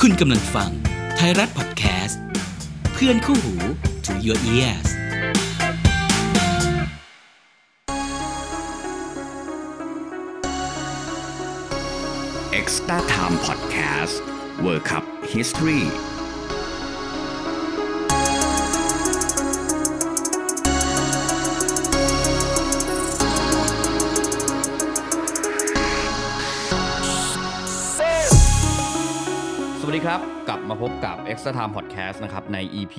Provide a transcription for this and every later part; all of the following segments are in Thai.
คุณกำลังฟังไทยรัฐพอดแคสต์เพื่อนคู่หู to your ears เอ็กซ์ต้าไทม์พอดแคสต์เวิร์คัพฮิสตรี สวัสดีครับ กลับมาพบกับ Extra Time Podcast นะครับ ใน EP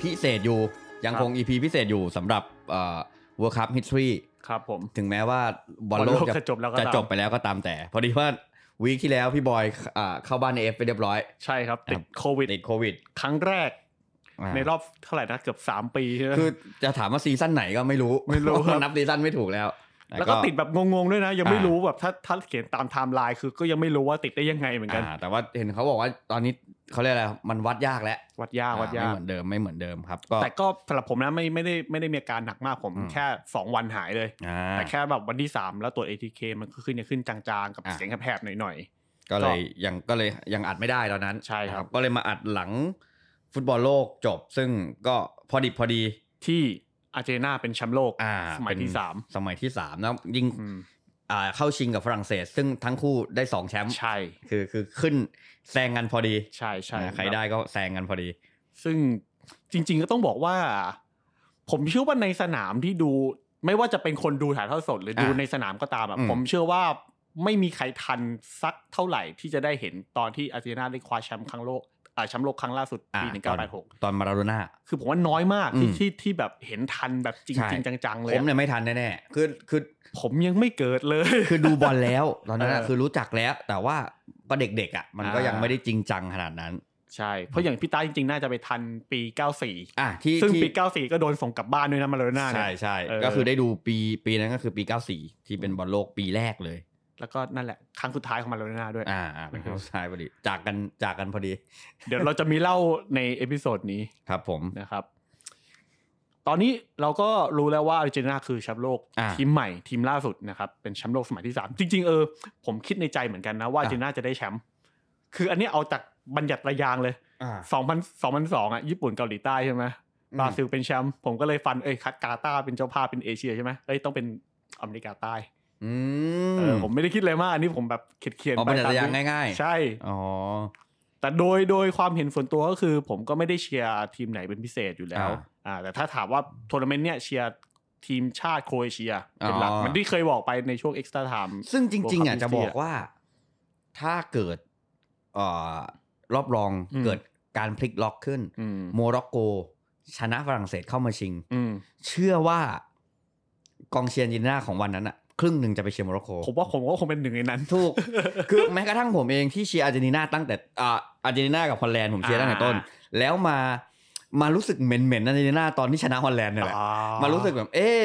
พิเศษอยู่ ยังคง EP พิเศษอยู่สำหรับเอ่อ World Cup History ครับผม ถึงแม้ว่าบอลโลก บอลโลกจะจบแล้วก็ตาม จะจบไปแล้วก็ตามแต่ พอดีว่าวีคที่แล้วพี่บอยอ่าเข้าบ้านในเอฟไปเรียบร้อย ใช่ครับคติรั ด บ โควิด ติดโควิด ครั้งแรก า ในรอบเท่าไหร่นะเกือบ 3 ปีใช่ไหม คือจะถามว่าซีซั่นไหนก็ไม่รู้ ไม่ รู้ครับ นับซีซั่นไม่ถูกแล้ว แล้วก็ติดแบบงงๆด้วยนะ ยังไม่ อ่า รู้แบบถ้าถ้าเขียนตามไทม์ไลน์คือก็ยังไม่รู้ว่าติดได้ยังไงเหมือนกัน อ่าแต่ว่าเห็นเขาบอกว่าตอนนี้เขาเรียกอะไรมันวัดยากแล้ว วัดยากวัดยา ไม่ ก เหมือนเดิมไม่เหมือนเดิมครับก็ แต่ก็สำหรับผมนะไม่ไม่ได้ไม่ได้มีอาการหนักมากผม อืม แค่ 2 วันหายเลย อ่า แต่แค่แบบวันที่ 3 แล้วตรวจ ATK มันก็ขึ้นเนี่ยขึ้นจางๆ กับ อ่า เสียงแผบๆหน่อย ก็เลยยังก็เลยยังอัดไม่ได้ตอนนั้น ใช่ครับ ก็เลยมาอัดหลังฟุตบอลโลกจบ ซึ่งก็พอดิบพอดี ๆ ที่อาร์เจนตินาเป็นแชมป์โลก อ่า สมัย เป็น ที่สาม สมัยที่สามแล้วยิง อืม อ่าเข้าชิงกับฝรั่งเศส ซึ่งทั้งคู่ได้สองแชมป์ ใช่ คือคือขึ้นแซงกันพอดี ใช่ใช่ นะใครได้ก็แซงกันพอดี ซึ่งจริงๆก็ต้องบอกว่า ผมเชื่อว่าในสนามที่ดู ไม่ว่าจะเป็นคนดูถ่ายทอดสดหรือดู อ่ะ ในสนามก็ตามอะ อืม ผมเชื่อว่าไม่มีใครทันสักเท่าไหร่ที่จะได้เห็นตอนที่อาร์เจนตินาได้คว้าแชมป์ครั้งโลกอ่าแชมป์โลกครั้งล่าสุด อ่าตปีอน 1986 ตอนมาราโดน่า คือผมว่าน้อยมากที่ อืม ที่ที่แบบเห็นทันแบบจ ใช่ ริง ๆ จัง ๆ เล ผ ย ม อะ เนี่ยไม่ทันแน่ๆคือคือ ผมยังไม่เกิดเลย คือดูบอลแล้ว ตอนนั้นอะ เออ คือรู้จักแล้ว แต่ว่าก็เด็กๆอ่ะมันก็ อ่ายั ยังไม่ได้จริงจังขนาดนั้น ใช่ เพราะอย่างพี่ต้าจริงๆ น่าจะไปทันปี อ่ะที่ 94 ซึ่ง ที่ ปี 94 ก็โดนส่งกลับบ้านด้วยนะมาเลน่าเนี่ ใช่ ย ใช่ เออ ก็คือได้ดูปีปีนั้นก็คือปี 94 ที่เป็นบอลโลกปีแรกเลย แล้วก็นั่นแหละครั้งสุดท้ายของมาเลน่าด้วย อ่าอ่าเป็นครั้งสุดท้ายพอดี จากกันจากกันพอดี เดี๋ยวเราจะมีเล่าในเอพิโซดนี้ ครับผม นะครับ ตอนนี้เราก็รู้แล้วว่าอาร์เจนตินาคือแชมป์โลก อ่า ทีมใหม่ทีมล่าสุดนะครับ เป็นแชมป์โลกสมัยที่สามจริง ๆ เออ ผมคิดในใจเหมือนกันนะว่าอา อ่ะ ร์เจนตินาจะได้แชมป์คืออันเนี้ยเอาจากบัญญัติระยางเลย อ่า สองพันสองพันสองอ่ะญี่ปุ่นเกาหลีใต้ใช่ไหม อืม บราซิลเป็นแชมป์ผมก็เลยฟันเอ้ยคัดกาตาร์เป็นเจ้าภาพเป็นเอเชียใช่ไหมเอ้ยต้องเป็นอเมริกาใต้ อื เออ ม ผมไม่ได้คิดอะไรมากอันนี้ผมแบบเขียนเขียน เอาบรรยาย ๆ ง่าย ใช่ ๆอ๋อ แต่โดยโดยความเห็นส่วนตัวก็คือ ผมก็ไม่ได้เชียร์ทีมไหนเป็นพิเศษอยู่แล้ว อ่า อ่าแต่ถ้าถามว่าทัวร์นาเมนต์เนี่ยเชียร์ทีมชาติโครเอเชียเป็นหลัก อ๋อ เหมันที่เคยบอกไปในช่วงเอ็กซ์ต i ้าไทม์ ซึ่งจริง ๆอ่ะ World Cup จะบอกว่าถ้าเกิดเอ่อรอบรอง อืม เกิดการพลิกล็อกขึ้น อืม โมร็อกโก ชนะฝรั่งเศสเข้ามาชิง อืม เชื่อว่ากองเชียร์อาร์เจนติน่าของวันนั้นอ่ะ ครึ่งหนึ่งจะไปเชียร์โมร็อกโก ผมว่าผมก็คงเป็นหนึ่งในนั้น ถูก คือแม้กระทั่งผมเองที่เชียร์อาร์เจนตินาตั้งแต่อ่าอาร์เจนตินากับฮอลแลนด์ผมเชียร์ตั้งแต่ต้น อ่ แล้วมามารู้สึกเหม็นๆอาร์เจนตินาตอนที่ชนะฮอลแลนด์เนี่ยแหละ อ่ มารู้สึกแบบเอ๊ะ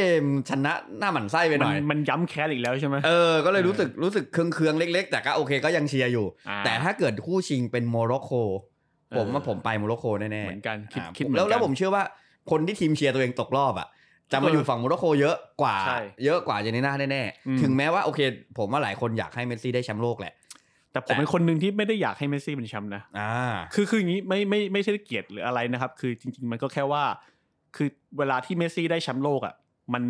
ชนะหน้าหมันไส้ไปห มั น่ น อย มันย้ำแค้นอีกแล้วใช่ไหม เออก็เลยรู้สึกรู้สึกเคืองๆเล็ก ๆ แต่ก็โอเคก็ยังเชียร์อยู่ อ่า แต่ถ้าเกิดคู่ชิงเป็นโมร็อกโกผมว่าผมไปโมร็อกโกแน่ๆ เหมือนกันคิด อ่า คิดเหมือน แล้วแล้ว กัน ผมเชื่อว่าคนที่ทีมเชียร์ตัวเองตกรอบอ่ะจะมาอยู่ฝั่งโมร็อกโกเยอะกว่า ใช่ เยอะกว่าอาร์เจนตินาแน่ อืม ๆถึงแม้ว่าโอเค ผมว่าหลายคนอยากให้เมสซี่ได้แชมป์โลกแหละ แต่ผมเป็นคนหนึ่งที่ไม่ได้อยากให้เมสซี่เป็นแชมป์นะ อ่า คือคืออย่างนี้ไม่ไม่ไม่ใช่เกลียดหรืออะไรนะครับ คือจริง ๆ มันก็แค่ว่า คือเวลาที่เมสซี่ได้แชมป์โลกอ่ะมัน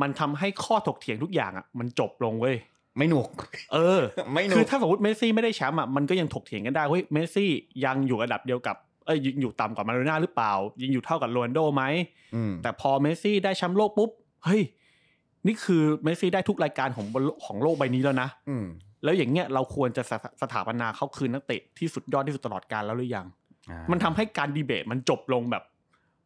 มันทำให้ข้อถกเถียงทุกอย่างอ่ะมันจบลงเว้ย ไม่หนุก เออ ไม่หนุ คือก ถ้าสมมติเมสซี่ไม่ได้แชมป์อ่ะมันก็ยังถกเถียงกันได้เฮ้ยเมสซี่ยังอยู่ระดับเดียวกับเอ้ยยังอยู่ต่ำกว่ามาโดน่าหรือเปล่า ยังอยู่เท่ากับโรนลโดไหม อืม แต่พอเมสซี่ได้แชมป์โลกปุ๊บเฮ้ยนี่คือเมสซี่ได้ทุกรายการของบนโลกของโลกใบนี้แล้วนะ อืม แล้วอย่างเงี้ยเราควรจะสถาสถาปนาเขาคืนนักเตะที่สุดยอดที่สุดตลอดกาลแล้วหรือยัง มันทำให้การดีเบตมันจบลงแบบ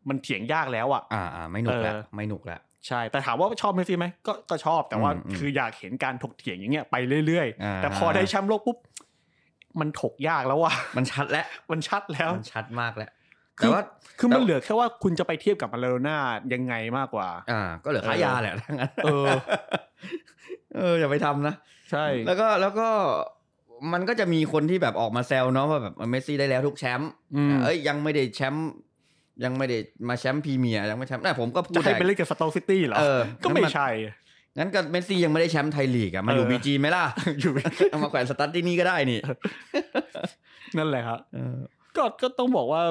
มันเถียงยากแล้วอ่ะ อ่าอ่า ไม่หนุกแล้ว เออ ไม่หนุกแล้ว ใช่ แต่ถามว่าชอบเมสซี่ไหมก็ก็ชอบแต่ว่า อืมอืม คืออยากเห็นการถกเถียงอย่างเงี้ยไปเรื่อย อ่า ๆ แต่พอได้แชมป์โลกปุ๊บ มันถกยากแล้วว่ะ มันชัดแล้ว มันชัดแล้ว มันชัดมากแล้ว คือ แต่ว่า คือ แต่ มันเหลือแค่ว่าคุณจะไปเทียบกับมาเลโดน่ายังไงมากกว่า อ่า ก็เหลือ เออ ค้ายาแหละทั้งนั้น เออ เออ อย่าไปทำนะ ใช่ แล้วก็แล้วก็มันก็จะมีคนที่แบบออกมาแซวเนาะว่าแบบเมสซี่ได้แล้วทุกแชมป์ อืม เอ้ยยังไม่ได้แชมป์ยังไม่ได้มาแชมป์พรีเมียร์ยังไม่แชมป์แต่ผมก็พูด จะให้ ได้ ไปเล่นกับสตอลซิตี้เหรอ เออ ก็ไม่ใช่ งั้นก็เมสซี่ยังไม่ได้แชมป์ไทยลีกอะมาอยู่ เออ บีจีไหมล่ะ อยู่ เอามาแขวนสตั๊ดที่นี่ก็ได้นี่ นั่นแหละครับ เออ ก็ก็ต้องบอกว่า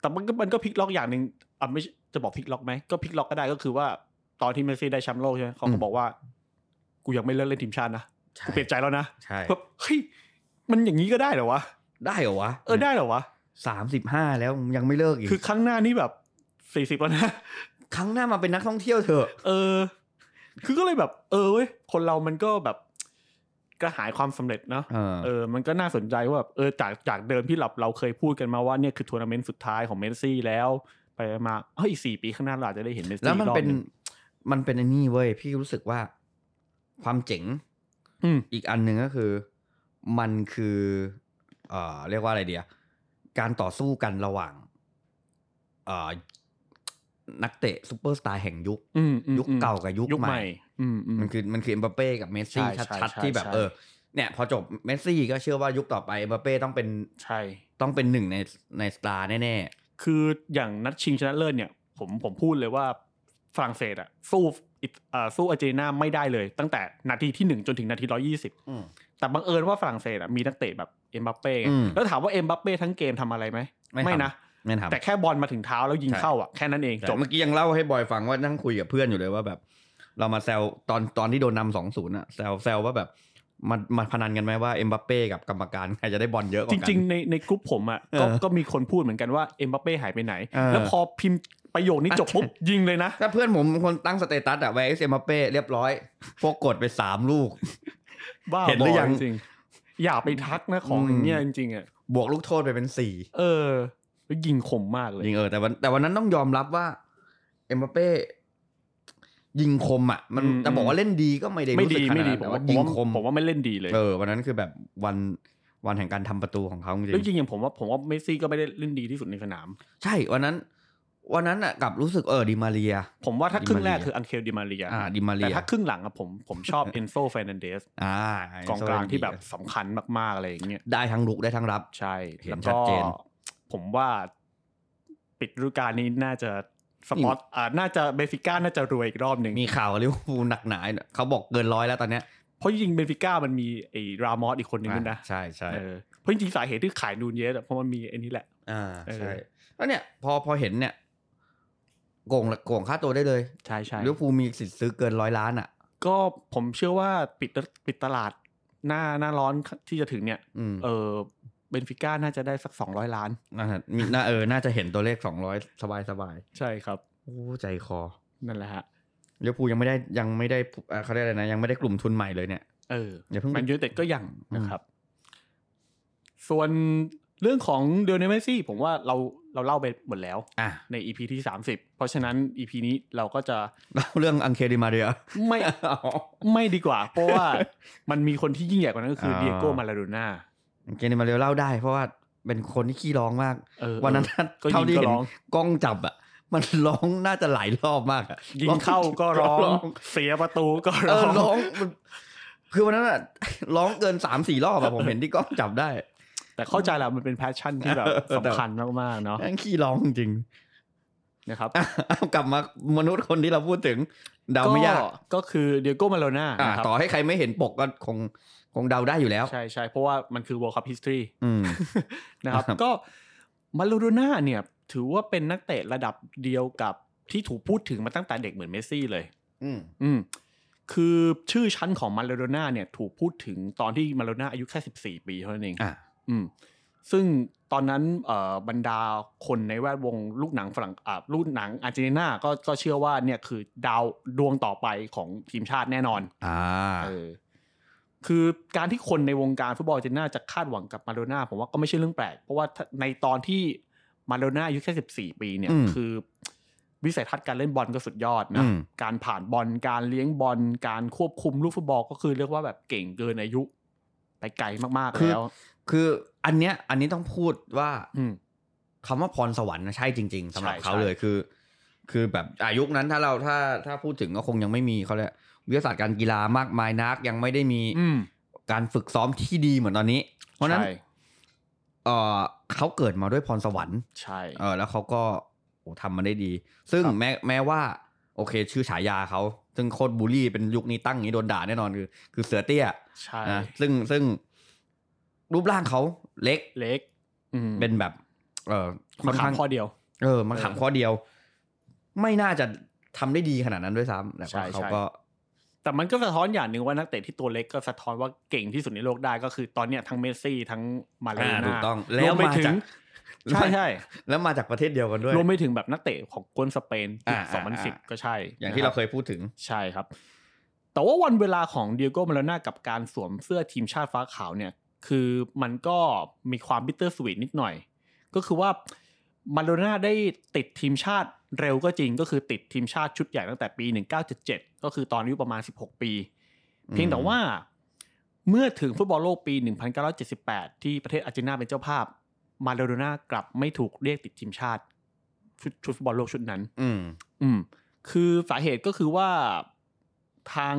แต่มันก็มันก็พลิกล็อกอย่างหนึ่งอ่ะไม่ใช่จะบอกพลิกล็อกไหมก็พลิกล็อกก็ได้ก็คือว่าตอนที่เมสซี่ได้แชมป์โลกใช่ไหมเขา อื ก็ ม บอกว่า กูยังไม่เลิกเล่นทีมชาตินะ ใช่ กูเปลี่ยนใจแล้วนะ ใช่ แบบเฮ้ยมันอย่างนี้ก็ได้เหรอวะ ได้เหรอวะ เออได้เหรอวะ สามสิบห้าแล้วยังไม่เลิกอีก คือครั้งหน้านี่แบบสี่สิบแล้วนะ ครั้งหน้ามาเป็นนักท่องเที่ยวเถอะ เออ คือก็เลยแบบ เออเว้ยคนเรามันก็แบบกระหายความสำเร็จเนาะ เออ เออ มันก็น่าสนใจว่าแบบเออ จากจากเดิมที่เราเราเคยพูดกันมาว่าเนี่ยคือทัวร์นาเมนต์สุดท้ายของเมสซี่แล้ว ไปมาเอ้ยอีกสี่ปีข้างหน้าเราอาจจะได้เห็นเมสซี่ แล้วมัน อีกรอบ เป็น หง มันเป็นไอันนี้เว้ย พี่รู้สึกว่าความเจ๋ง อืม อีกอันหนึ่งก็คือ มันคือ เอ่อ เรียกว่าอะไรเดียการต่อสู้กันระหว่าง เอ่อ นักเตะซูเปอร์สตาร์แห่งยุค อืมอืม ยุคเก่ากับยุค ยุค ให ให ม่ ม่ อืมอืม มันคือมันคือเอ็มบัปเป้กับเมสซี่ ใช่ ชัด ใช่ ๆ ที่แบบ ใช่ เออเนี่ย พอจบเมสซี่ก็เชื่อว่ายุคต่อไปเอ็มบัปเป้ต้องเป็น ใช่ ต้องเป็นหนึ่งในในสตาร์แน่ คืออย่างนัดชิงชนะเลิศเนี่ย ผมผมพูดเลยว่าฝรั่งเศสอะสู้อิตอ่าสู้อาร์เจนตินาไม่ได้เลย ตั้งแต่นาทีที่หนึ่งจนถึงนาทีร้อยี่สิบ ๆอืม แต่บังเอิญว่าฝรั่งเศสอะมีนักเตะแบบเอ็มบัปเป้ไง อืม แล้วถามว่าเอ็มบัปเป้ทั้งเกมทำอะไรไหม ไม่ทำ นะ ไม่ทำ แต่แค่บอลมาถึงเท้าแล้วยิง ใช่ เข้าอะแค่นั้นเอง จ จ บบ เมื่อกี้ยังเล่าให้บอยฟังว่านั่งคุยกับเพื่อนอยู่เลยว่าแบบ เรามาแซวตอนตอนที่โดนนำสองศูนย์อะแซวแซวว่าแบบมามาพนันกันไหมว่าเอ็มบัปเป้กับกรรมการใครจะได้บอลเยอะกว่า จ กัน ริงๆ ในในกลุ่มผมอ่ะก็ เออ ก็มีคนพูดเหมือนกันว่าเอ็มบัปเป้หายไปไหน เออ แล้วพอพิมพ์ประโยคนี้จบปุ๊บ ยิงเลยนะ ถ้าเพื่อนผมเป็นคนตั้งสเตตัสอะแวร์เอ็มบัปเป้เรียบร้อย พวกกดไปสามลูก บ้า เห็นห บ รือ อยั ยัง งจริงๆอย่าไปทักนะของ อืม อย่างเงี้ยจริงๆอ่ะ บวกลูกโทษไปเป็นสี่ เออแล้วยิงคมมากเลย ยิงเออแต่วันแต่วันนั้นต้องยอมรับว่าเอ็มบัปเป้ยิงคมอะมันแต่บอกว่าเล่นดีก็ไม่ได้ ไม่ รู้สึก ดี ขนา ไม่ ด ดี นั้น ผม แต่ ว่า ว่า ยิ ยิง ง ค ค ม มผมว่าไม่เล่นดีเลย เออวันนั้นคือแบบวันวันแห่งการทำประตูของเขาจริง แล้วจริงๆอย่างผมว่าผมว่าเมสซี่ก็ไม่ได้เล่นดีที่สุดในสนาม ใช่วันนั้น วันนั้นอ่ะกลับรู้สึกเออดิมาเรีย ผมว่าถ้าครึ่งแรก ดิมาเรีย คืออังเคลดิมาเรีย อ่าดิมาเรี แต่ ย ถ้าครึ่งหลังอะผมผมชอบเอนโซเฟนันเดส อ่ากก องกลางที่แบบสำคัญมากๆอะไรอย่างเงี้ย ได้ทั้งลุกได้ทั้งรับ ใช่ เห็น แล้ว ชั ก็ ดเจน ผมว่าปิดฤดูกาลนี้น่าจะสปอต นี่ อ่าน่าจะเบฟิก้าน่าจะรวยอีกรอบหนึ่ง มีข่าวลิเวอร์พูลหนักหนาเนี่ยเขาบอกเกินร้อยแล้วตอนเนี้ย เพราะจริงๆเบฟิก้ามันมีไอ้รามอสอีกคนหนึ่งด้วยนะ อ่าใช่ใช่ เออเพราะจริงๆสาเหตุที่ขายนูนเยสอะเพราะมันมีไอ้นี่แหละ อ่าใช่ เออ แล้วเนี่ย พอพอเห็นเนี่ยโกงละโกงค่าตัวได้เลย ใช่ใช่ ลิเวอร์พูลมีสิทธิ์ซื้อเกินร้อยล้านอ่ะ ก็ผมเชื่อว่าปิดปิดตลาดหน้าหน้าร้อนที่จะถึงเนี่ย อืม เออเบนฟิก้าน่าจะได้สักสองร้อยล้าน น่ามีน่าเออน่าจะเห็นตัวเลขสองร้อยสบายสบาย ใช่ครับ โอ้ใจคอ นั่นแหละฮะ ลิเวอร์พูลยังไม่ได้ยังไม่ได้เอ่อเขาเรียกอะไรนะยังไม่ได้กลุ่มทุนใหม่เลยเนี่ย เออ อย่าเพิ่ง แมนยูไนเต็ดก็ยัง อืม นะครับ ส่วนเรื่องของเดลเนเมสซี่ ผมว่าเราเราเล่าไปหมดแล้ว อ่ะ ใน EP ที่ 30 เพราะฉะนั้น EP นี้เราก็จะ แล้วเรื่องอังเคดิมาเรีย ไม่ ไม่ดีกว่า เพราะว่ามันมีคนที่ยิ่งใหญ่กว่านั้นก็คือ อ่า เดียโก้มาลาโดน่า เกนมาเรียวเล่าได้เพราะว่าเป็นคนที่ขี้ร้องมาก เออ วันนั้น ก็ยิง เท่าที่ ก็ เห็ ร้ น อง กล้องจับอ่ะ มันร้องน่าจะหลายรอบมากอะ ยิงเข้าก็ร้อง เสียประตูก็ เอ ร้อ อง ร้องมันคือวันนั้นอ่ะ ร้องเกินสามสี่รอบอ่ะผมเห็นที่กล้องจับได้ แต่เข้าใจแหละมันเป็นแพชชั่นที่แบบ เออแต่ สำคัญมากๆเนาะ นั่งขี้ร้องจริง นะครับ ๆอ่ะเอากลับมามนุษย์คนที่เราพูดถึง เดาไม่ยาก ก็คือเดียโก้มาลาโดน่า อ่ะ นะครับ ต่อให้ใครไม่เห็นปกก็คงคงเดาได้อยู่แล้ว ใช่ใช่เพราะว่ามันคือ World Cup History อืม นะครับ ครับ ก็มาลูโดน่าเนี่ยถือว่าเป็นนักเตะระดับเดียวกับที่ถูกพูดถึงมาตั้งแต่เด็กเหมือนเมสซี่เลย อืม อืมคือชื่อชั้นของมาลูโดน่าเนี่ยถูกพูดถึงตอนที่มาลูโดน่าอายุแค่ 14 ปีเท่านั้นเอง อ่ะ อืมซึ่งตอนนั้นเอ่อบรรดาคนในแวดวงลูกหนังฝรั่งอ่าลูกหนังอาร์เจนตินาก็ก็เชื่อว่าเนี่ยคือดาวดวงต่อไปของทีมชาติแน่นอน อ่า เออคือการที่คนในวงการฟุตบอลเจน่าจะคาดหวังกับมาโดน่าผมว่าก็ไม่ใช่เรื่องแปลก เพราะว่าถ้าในตอนที่มาโดน่าอายุแค่ 14 ปีเนี่ย อืม คือ วิสัยทัศน์การเล่นบอลก็สุดยอดนะ อืม การผ่านบอลการเลี้ยงบอลการควบคุมลูกฟุตบอลก็คือเรียกว่าแบบเก่งเกินอายุ ไปไกลมากๆแล้ว คืออันเนี้ย อันนี้ต้องพูดว่า อืม คำว่าพรสวรรค์นะใช่จริงๆสำหรับ ใช่ เขา ใช่ เลยคือ คือแบบอายุคนั้นถ้าเราถ้าถ้าพูดถึงก็คงยังไม่มีเขาเรียกวิทยาศาสตร์การกีฬามากมายนัก ยังไม่ได้มี อืม การฝึกซ้อมที่ดีเหมือนตอนนี้ เพราะฉะนั้น ใช่ เออเขาเกิดมาด้วยพรสวรรค์ ใช่ เออแล้วเขาก็โอ้ทำมันได้ดี ซึ่งแม้แม้ว่า โอเค ชื่อฉายาเขาซึ่งโคตรบูลลี่เป็นยุคนี้ตั้งอย่างนี้โดนด่าแน่นอนคือ คือเสือเตี้ย ใช่ นะซึ่งซึ่งรูปร่างเขาเล็ก เล็กอืม เป็นแบบ เออ มะขามข้อเดียว เออมันขามข้อเดียว ไม่น่าจะทำได้ดีขนาดนั้นด้วยซ้ำแต่ ใช่ ว่าเขา ใช่ ก็ แต่มันก็สะท้อนอย่างหนึ่งว่านักเตะที่ตัวเล็กก็สะท้อนว่าเก่งที่สุดในโลกได้ก็คือตอนเนี้ยทั้งเมสซี่ทั้งมาเล อ่า น่า ถูกต้องแล้ว รไป มา ถึ จาก งใช่ใช่ แล้วมาจากประเทศเดียวกันด้วย รวมไปถึงแบบนักเตะของกวนสเปนปี อ่าอ่าอ่า สองพันสิบก็ใช่ อย่างที่ นะค เรา บ เคยพูดถึง ใช่ครับ แต่ว่าวันเวลาของเดียโก้มาโลน่ากับการสวมเสื้อทีมชาติฟ้าขาวเนี่ย คือมันก็มีความบิตเตอร์สวีทนิดหน่อย ก็คือว่ามาโลน่าได้ติดทีมชาติเร็วก็จริง ก็คือติดทีมชาติชุดใหญ่ตั้งแต่ปี 1977 ก็คือตอนอายุประมาณ 16 ปี อืม เพียงแต่ว่าเมื่อถึงฟุตบอลโลกปี 1978 ที่ประเทศอาร์เจนตินาเป็นเจ้าภาพ มาโลน่ากลับไม่ถูกเรียกติดทีมชาติชุดชุดฟุตบอลโลกชุดนั้น อืม อืมคือสาเหตุก็คือว่าทาง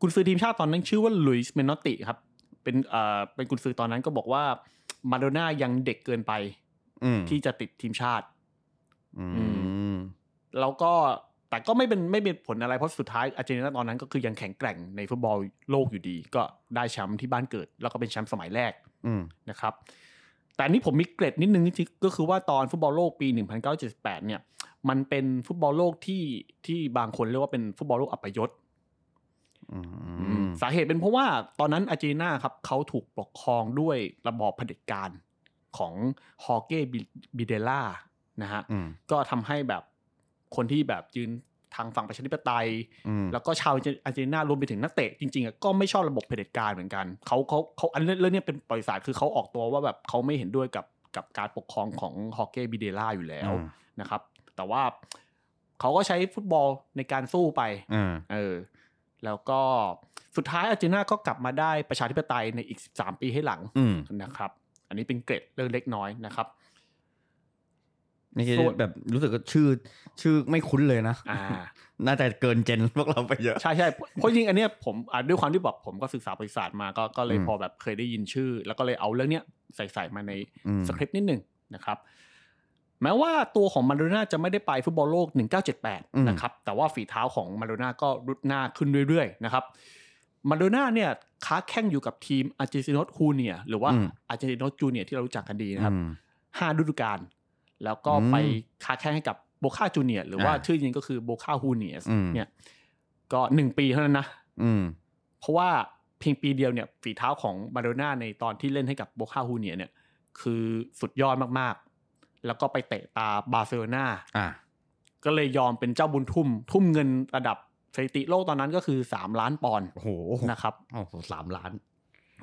กุนซือทีมชาติตอนนั้นชื่อว่าลุยส์เมนนอตติครับ เป็นเอ่อเป็นกุนซือตอนนั้นก็บอกว่ามาโดน่ายังเด็กเกินไป อืม ที่จะติดทีมชาติ อืม แล้วก็แต่ก็ไม่เป็นไม่เป็นผลอะไรเพราะสุดท้ายอาร์เจนตินาตอนนั้นก็คือยังแข็งแกร่งในฟุตบอลโลกอยู่ดี ก็ได้แชมป์ที่บ้านเกิด แล้วก็เป็นแชมป์สมัยแรก อืม นะครับ แต่อันนี้ผมมีเกร็ดนิดนึงจริงๆก็คือว่าตอนฟุตบอลโลกปี 1978 เนี่ย มันเป็นฟุตบอลโลกที่ที่บางคนเรียกว่าเป็นฟุตบอลโลกอัปยศ อืม สาเหตุเป็นเพราะว่าตอนนั้นอาร์เจนตินาครับเขาถูกปกครองด้วยระบอบเผด็จการของฮอเก้บิเดล่านะฮะ อืม ก็ทำให้แบบคนที่แบบยืนทางฝั่งประชาธิปไตย อืม แล้วก็ชาวอาร์เจนตินารวมไปถึงนักเตะจริงๆอะก็ไม่ชอบระบบเผด็จการเหมือนกันเขาเขาเขาอันเรื่องเรื่องเนี้ยเป็นปริศาสตร์คือเขาออกตัวว่าแบบเขาไม่เห็นด้วยกับกับการปกครองของฮอเก้บิเดล่าอยู่แล้ว อืม นะครับ แต่ว่าเขาก็ใช้ฟุตบอลในการสู้ไป อืม เออ แล้วก็สุดท้ายอาร์เจนตินาก็กลับมาได้ประชาธิปไตยในอีก 13 ปีให้หลัง อืม นะครับ อันนี้เป็นเกร็ดเรื่องเล็กน้อยนะครับ นี่คือ ส่วน แบบรู้สึกว่าชื่อ ชื่อไม่คุ้นเลยนะ อ่า น่าจะเกินเจนพวกเราไปเยอะ ใช่ใช่เพราะเพราะจริงอันเนี้ยผมอ่ะด้วยความที่แบบผมก็ศึกษาประวัติศาสตร์มาก็ก็เลย อืม พอแบบเคยได้ยินชื่อ แล้วก็เลยเอาเรื่องเนี้ยใส่ใส่มาใน อืม สคริปต์นิดหนึ่งนะครับ แม้ว่าตัวของมาโดน่าจะไม่ได้ไปฟุตบอลโลก 1978 นะครับ แต่ว่าฝีเท้าของมาโดน่าก็รุดหน้าขึ้นเรื่อยๆ นะครับมาโดน่าเนี่ยค้าแข่งอยู่กับทีมอาร์เจนตินสฮูเนียหรือว่าอาร์เจนตินสจูเนียที่เรารู้จักกันดีนะครับ อืม ห้าฤดูกาลแล้วก็ อืม ไปค้าแข่งให้กับโบคาจูเนียหรือว่า อ่า ชื่อจริงก็คือโบคาฮูเนียส อืม เนี่ยก็หนึ่งปีเท่านั้นนะ อืม เพราะว่าเพียงปีเดียวเนี่ยฝีเท้าของมาโดน่าในตอนที่เล่นให้กับโบคาฮูเนียเนี่ย คือสุดยอดมากๆ แล้วก็ไปเตะตาบาร์เซโลนา อ่ะ ก็เลยยอมเป็นเจ้าบุญทุ่ม ทุ่มเงินระดับสถิติโลกตอนนั้นก็คือ 3 ล้านปอนด์ โอ้โห นะครับ โอ้โหสามล้าน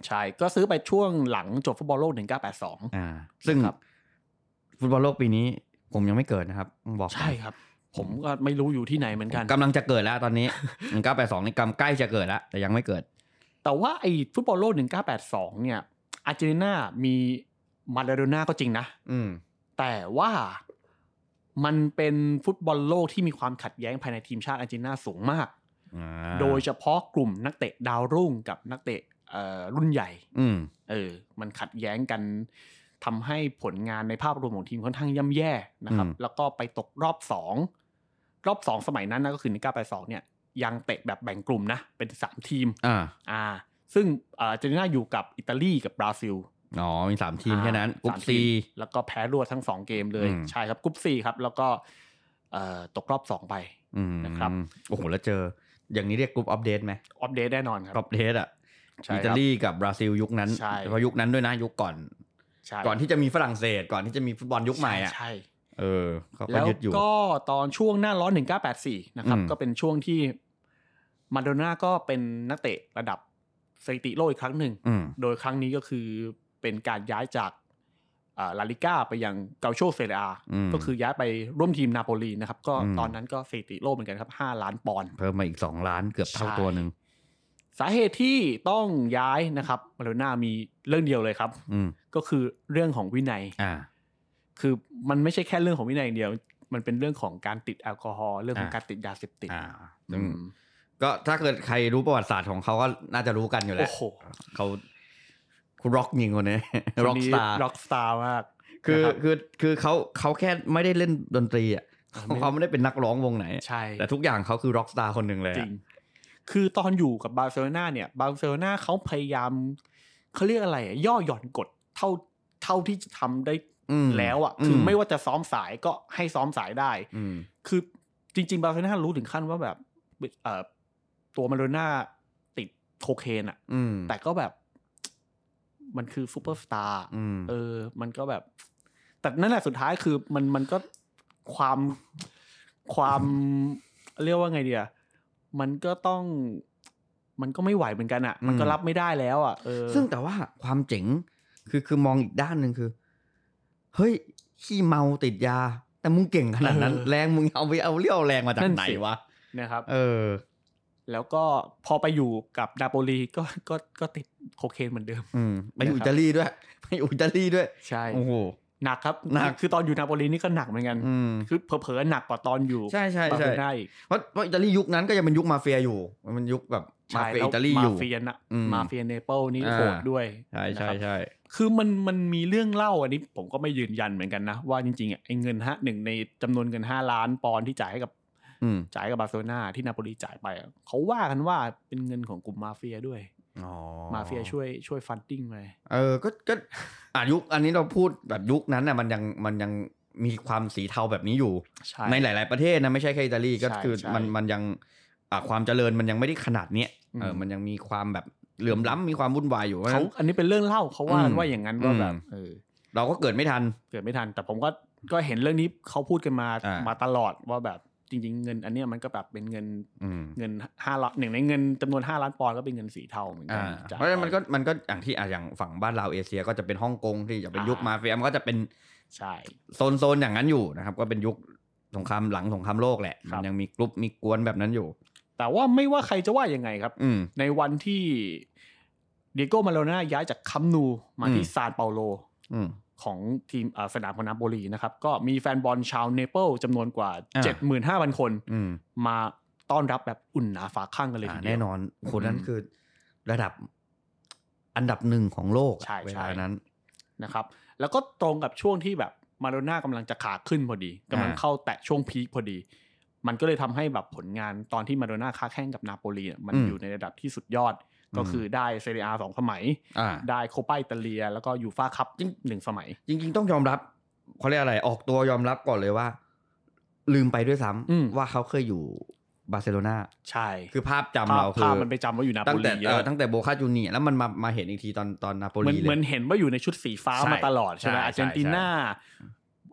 ใช่ก็ซื้อไปช่วงหลังจบฟุตบอลโลก 1982 อ่า ซึ่ง ครับ ฟุตบอลโลกปีนี้ ผมยังไม่เกิดนะครับ บอก ใช่ครับ ผมก็ไม่รู้อยู่ที่ไหนเหมือนกัน กำลังจะเกิดแล้วตอนนี้ หนึ่งเก้าแปดสองนี่กำใกล้จะเกิดแล้ว แต่ยังไม่เกิด แต่ว่าไอ้ฟุตบอลโลก 1982 เนี่ย อาร์เจนตินามีมาราโดน่าก็จริงนะ อืม แต่ว่ามันเป็นฟุตบอลโลกที่มีความขัดแย้งภายในทีมชาติอาร์เจนตินาสูงมาก อ่า โดยเฉพาะกลุ่มนักเตะดาวรุ่งกับนักเตะเอ่อรุ่นใหญ่ อืม เออ มันขัดแย้งกันทำให้ผลงานในภาพรวมของทีมค่อนข้างย่ำแย่นะครับ อืม แล้วก็ไปตกรอบสองรอบสองสมัยนั้นนะก็คือ1982เนี่ย ยังเตะแบบแบ่งกลุ่มนะ เป็นสามทีม อ่า อ่าซึ่งเอ่ออาร์เจนตินาอยู่กับอิตาลีกับบราซิล อ๋อ มีสามทีมแค่นั้นก อ่า รุ๊ป สาม ซี ทีมแล้วก็แพ้รวดทั้งสองเกมเลย อืม ใช่ครับกรุ๊ปซีครับ แล้วก็เอ่อตกรอบสองไป อืม นะครับ โอ้โห แล้วเจอ อย่างนี้เรียกกรุ๊ปอัปเดตไหม ออฟเดตแน่นอนคคร รั อบ บเทสอ่ะ ใช่ครับ อิตาลีกับบราซิลยุคนั้น ใช่ เพราะยุคนั้นด้วยนะยุคก่อน ใช่ ก่อนที่จะมีฝรั่งเศสก่อนที่จะมีฟุตบอลยุคใหม่อ่ะ ใช่ เออเขาก็ แล้ว ยึดอยู่ ก็ตอนช่วงหน้าร้อน 1984 นะครับ อืม ก็เป็นช่วงที่มาโดน่าก็เป็นนักเตะระดับสถิติโลกอีกครั้งหนึ่ง อืม โดยครั้งนี้ก็คือเป็นการย้ายจากอ่าลาลิก้าไปยังเกาโชเซเรียอา อืม ก็คือย้ายไปร่วมทีมนาโปลีนะครับ ก็ อืม ตอนนั้นก็สถิติโลกเหมือนกันครับ 5 ล้านปอนด์ เพิ่มมาอีกสองล้านเกือบเท่า ใช่ ตัวหนึ่ง สาเหตุที่ต้องย้ายนะครับมาโดน่ามีเรื่องเดียวเลยครับ อืม ก็คือเรื่องของวินัย อ่า คือมันไม่ใช่แค่เรื่องของวินัยอย่างเดียว มันเป็นเรื่องของการติดแอลกอฮอล์เรื่องของ อ่า การติดยาเสพติด อ่า อืม ก็ถ้าเกิดใครรู้ประวัติศาสตร์ของเขาก็น่าจะรู้กันอยู่แล้ โอ้ ว โห เขาคุณร็อกยิงคนนี้ ร็อกสตาร์ ร็อกสตาร์มาก คือ นะรับ คือคือเขาเขาแค่ไม่ได้เล่นดนตรีอ่ะ ของเขาไม่ได้เป็นนักร้องวงไหน ใช่ แต่ทุกอย่างเขาคือร็อกสตาร์คนหนึ่งเลย จริ อะ ง คือตอนอยู่กับบาร์เซโลนาเนี่ย บาร์เซโลนาเขาพยายามเขาเรียกอะไรอะย่อหย่อนกฎเท่าเท่าที่จะทำได้ อืม แล้วอ่ะคือไม่ว่าจะซ้อมสายก็ให้ซ้อมสายได้ อืม คือจริง ๆ บาร์เซโลนารู้ถึงขั้นว่าแบบเอ่อตัวมาโดน่าติดโคเคนอ่ะ อืม แต่ก็แบบมันคือซูเปอร์สตาร์ อืม เออ มันก็แบบ แต่นั่นแหละสุดท้ายคือมันมันก็ความความ เรียกว่าไงเดียมันก็ต้อง มันก็ไม่ไหวเหมือนกันอะ่ะ มันก็ อืม รับไม่ได้แล้วอะ่ะเออ ซึ่งแต่ว่าความเจ๋งคือคือมองอีกด้านหนึ่งคือ เฮ้ยขี้เมาติดยา แต่มึงเก่งขนาดนั้น แรงมึงเอาไปเอาเรี่ยวแรงมาจากไหนวะ นะครับ เออ แล้วก็พอไปอยู่กับนาโปลีก็ก็ก็ติดโคเคนเหมือนเดิม อืมไปอยู่อิตาลีด้วย ไปอยู่อิตาลีด้วย ใช่ โอ้โห หนักครับ หนัก คือคือตอนอยู่นาโปลีนี่ก็หนักเหมือนกัน อืม คือเผลอๆหนักกว่าตอนอยู่ ใช่ใช่ บาร์ ใช่ เซโลนาอีก เพราะเพราะอิตาลียุคนั้นก็ยังเป็นยุคมาเฟียอยู่ มันยุคแบบมา ใช่ เฟีย แล้ว อิตาลีอยู่ มาเฟียนะ อืม มาเฟียเนเปิลนี่ อ่า โหดด้วย ใช่ใช่ นะครับ ใช่ คือมันมันมีเรื่องเล่าอันนี้ผมก็ไม่ยืนยันเหมือนกันนะ ว่าจริงๆอ่ะไอ้เงินฮะหนึ่งในจำนวนเงิน 5 ล้านปอนด์ที่จ่ายให้กับ อืม จ่ายให้กับบาร์เซโลนาที่นาโปลีจ่ายไปอ่ะเขาว่ากันว่าเป็นเงินของกลุ่มมาเฟียด้วย อ๋อ มาเฟียช่วยช่วยฟันดิ้งไป เออก็ก็อ่ะยุคอันนี้เราพูดแบบยุคนั้นน่ะมันยังมันยังมีความสีเทาแบบนี้อยู่ ใช่ ในหลาย ๆ ประเทศนะไม่ใช่แค่อิตาลีก็ ใช่ คือ ใช่ มันมันยังอ่ะความเจริญมันยังไม่ได้ขนาดเนี้ยเอออ ม มันยังมีความแบบเหลื่อมล้ำมีความวุ่นวายอยู่เพราะฉะ เขา นั้น อันนี้เป็นเรื่องเล่าเขาว่ากั อื น ม ว่าอย่างนั้นว่าแบบ อืม เออ เราก็เกิดไม่ทัน เกิดไม่ทัน แต่ผมก็ก็เห็นเรื่องนี้เขาพูดกันมา อ่าม มาตลอดว่าแบบจริง ๆ เงินอันเนี้ยมันก็แบบเป็นเงิน อืม เงินห้าล้านหนึ่งในเงินจำนวน 5 ล้านปอนด์ก็เป็นเงินสีเทาเหมือนกั อ่าน จ่ย เพราะฉะนั้น ไป มันก็มันก็อย่างที่อ่ะอย่างฝั่งบ้านเราเอเชียก็จะเป็นฮ่องกงที่จะเป็นยุคมาเฟียมันก็จะเป็น ใช่ โซนโซนอย่างนั้นอยู่นะครับ ก็เป็นยุคสงครามหลังสงครามโลกแหละ ครั มั บ นยังมีกลุ่มมีกวนแบบนั้นอยู่ แต่ว่าไม่ว่าใครจะว่ายังไงครับ อืม ในวันที่เดยโก้มาโลน่าย้ายจากคัมนูมาที่ อืม ซานเปาโล อืม ของทีมเอ่อสนามของนาโปลีนะครับ ก็มีแฟนบอลชาวเนเปิลจำนวนกว่า อ่า 75,000 คน อืม มาต้อนรับแบบอุ่นหนาฝาข้างกันเลย อ่า ทีเดียว แน่นอนคนนั้น อืม คือระดับอันดับหนึ่งของโลกอะ ใช่ เว ใช่ ลานั้น นะครับ แล้วก็ตรงกับช่วงที่แบบมาโดน่ากำลังจะขาขึ้นพอดีกำลัง อ่า เข้าแตะช่วงพีคพอดี มันก็เลยทำให้แบบผลงานตอนที่มาโดน่าค้าแข่งกับนาโปลีเนี่ยมันอยู่ในระดับที่สุดยอดก็คือได้เซเรียสองสมัย อ่า ได้โคปาอิตาเลีย แล้วก็ยูฟ่าคัพหนึ่งสมัย จริงๆ ต้องยอมรับเขาเรียกอะไรออกตัวยอมรับก่อนเลยว่า ลืมไปด้วยซ้ำ อืม ว่าเขาเคยอยู่บาร์เซโลนา ใช่ คือภาพจำ ภาพ เราคือ ภาพมันไปจำว่าอยู่นาโปตั้งลีแต่ เยอะ เออตั้งแต่โบคาจูเนียร์แล้วมันมามาเห็นอีกทีตอนตอนนาโป เหมือ ลี น เล เหมือน ย เห็นว่าอยู่ในชุดสีฟ้า ใช่ มาตลอดใช่ไหม ใช่ อาร์เจนตินา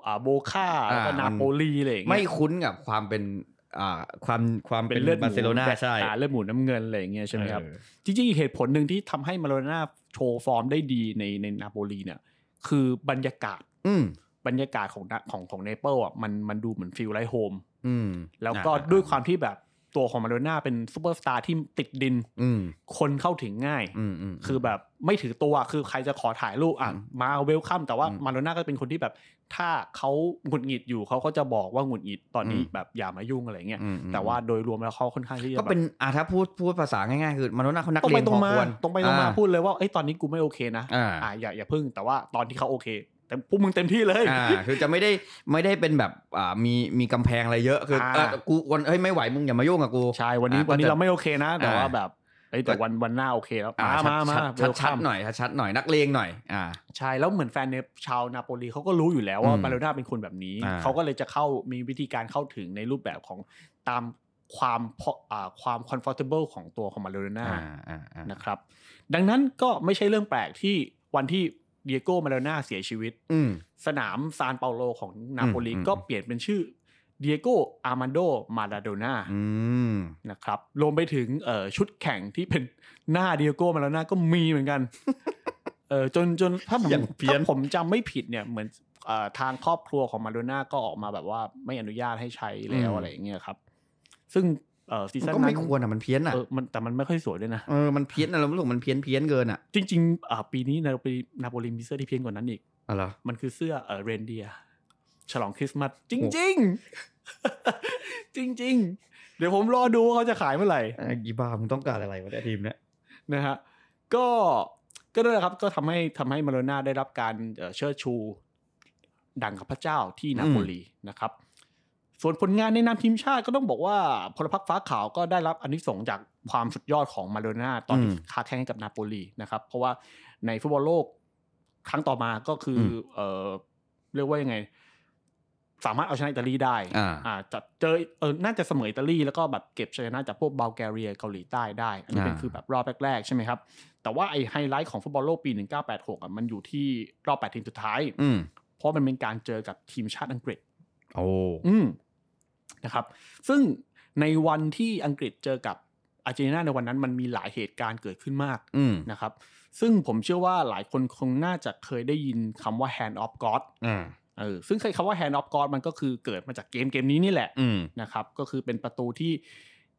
อ่าโบคา อ่า แล้วก็นา มัน โปลีอะไรอย่าง ไม่ เงี้ย คุ้นกับความเป็นอ่าความความ เป็ เป็น น เลือดหมู บาร์เซโลนา แบบ ใช่ อ่เลือดหมูน้ำเงินอะไรอย่างเงี้ยใช่ไหมครับ เออ จริงๆอีกเหตุผลหนึ่งที่ทำให้มาโลน่าโชว์ฟอร์มได้ดีในในนาโปลีเนี่ย คือบรรยากาศ อืม บรรยากาศของนะของของเนเปิลอ่ะมันมันดูเหมือนฟิลไลท์โฮม อืม แล้วก็ อ่ ด้วยความที่แบบตัวของมาโลน่าเป็นซูเปอร์สตาร์ที่ติดดิน อืม คนเข้าถึงง่าย อืมอืม คือแบบไม่ถือตัวคือใครจะขอถ่ายรูปอ่ะ อืม มาเวลคัมแต่ว่า อืม มาโดน่าก็เป็นคนที่แบบ ถ้าเขาหงุดหงิดอยู่เขาก็จะบอกว่าหงุดหงิดตอนนี้ อืม แบบอย่ามายุ่งอะไรเงี้ย อืมอืม แต่ว่าโดยรวมแล้วเขาค่อนข้างที่จะ ก็ แบบ เป็นอาถ้าพูดพูดภาษาง่ายๆคือมาโดน่าเขานัก ตรง เล ไป งพตร อง มา ควร ตรงไปตรงมา อ่ พูดเลยว่าเอ้ยตอนนี้กูไม่โอเคนะ อ่า อ่าอย่าอย่าพึ่งแต่ว่าตอนที่เขาโอเค แต่พวกมึงเต็มที่เลย อ่ าคือจะไม่ได้ไม่ได้เป็นแบบอ่ามีมีกำแพงอะไรเยอะคืออา เออกูวันเฮ้ยไม่ไหวมึงอย่ามายุ่งกับกู ใช่วันนี้ อ่า วันนี้ ก็จะ เราไม่โอเคนะ แต่ว่า อ่า แบบเอ้ยแต่วันวันหน้าโอเคแล้ว อ่ มา ชัด มามา ชัด เว ชัด ล ชั คั ด ม หน่อยชัดชัดหน่อยนักเลงหน่อย อ่า ใช่แล้วเหมือนแฟนในชาวนาโปลีเขาก็รู้อยู่แล้วว่า อืม มาโดน่าเป็นคนแบบนี้ อ่า เขาก็เลยจะเข้ามีวิธีการเข้าถึงในรูปแบบของตามความพออ่าความ comfortable ของตัวของมาโดน่า อ่าอ่าอ่า นะครับ ดังนั้นก็ไม่ใช่เรื่องแปลกที่วันที่เดียโก้มาโดน่าเสียชีวิต อืม สนามซานเปาโลของนาโปลี อืมอืม ก็เปลี่ยนเป็นชื่อเดียโก้อาร์มานโดมาราโดน่า อืม นะครับรวมไปถึงเอ่อชุดแข่งที่เป็น หน้าเดียโก้มาแล้วหน้าก็มีเหมือนกัน เออจนจนถ้าผมถ้าผมจำไม่ผิดเนี่ยเหมือนเอ่อทางครอบครัวของมาโดน่าก็ออกมาแบบว่าไม่อนุญาตให้ใช้แล้วอะไรอย่างเงี้ยครับ ซึ่งเอ่อซี มั ซั่ น น ก็ นั้ ไม่ น ควรอ่ะมันเพี้ยนอ่ะ เออมันแต่มันไม่ค่อยสวยด้วยนะ เออมันเพี้ยนอ่ะเรารู้สึกมันเพี้ยนเพี้ยนเกินอ่ะ จริงๆเอ่อปีนี้นาโปลีนาโปลีมีเสื้อที่เพี้ยนกว่านั้นอีก อะไร มันคือเสื้อเอ่อเรนเดียฉลองคริสต์มาสจริง ๆ จริง ๆ เดี๋ยวผมรอดูว่าเขาจะขายเมื่อไหร่ กีบามึงต้องการอะไรวะเนี่ยทีมเนี้ย นะฮะก็ก็นั่นแหละครับก็ทำให้ทำให้มาโลน่าได้รับการเอ่อเชิดชู ดังกับพระเจ้าที่นาโปลีนะครับ ส่วนผลงานในนามทีมชาติก็ต้องบอกว่าพลพรรคฟ้าขาวก็ได้รับอานิสงส์จากความสุดยอดของมาโดน่าตอนที่ อืม ค้าแข่งให้กับนาโปลีนะครับเพราะว่าในฟุตบอลโลกครั้งต่อมาก็คืออเออเรียกว่ายังไง สามารถเอาชนะอิตาลีได้ อ่า อ่าจะเจอเออน่าจะเสมออิตาลีแล้วก็แบบเก็บชัยชนะจากพวกบัลแกเรียเกาหลีใต้ได้อันนี้เป็น อ่า คือแบบรอบแรกๆใช่ไหมครับ แต่ว่าไอไฮไลท์ของฟุตบอลโลกปี 1986อ่ะมันอยู่ที่รอบ 8 ทีมสุดท้าย อืม เพราะมันเป็นการเจอกับทีมชาติอังกฤษ โอ้ อืมนะครับ ซึ่งในวันที่อังกฤษเจอกับอาร์เจนตินาในวันนั้นมันมีหลายเหตุการณ์เกิดขึ้นมาก อืม นะครับ ซึ่งผมเชื่อว่าหลายคนคงน่าจะเคยได้ยินคำว่า hand of god อ่า เออซึ่งคำว่า hand of god มันก็คือเกิดมาจากเกมเกมนี้นี่แหละ อืม นะครับ ก็คือเป็นประตูที่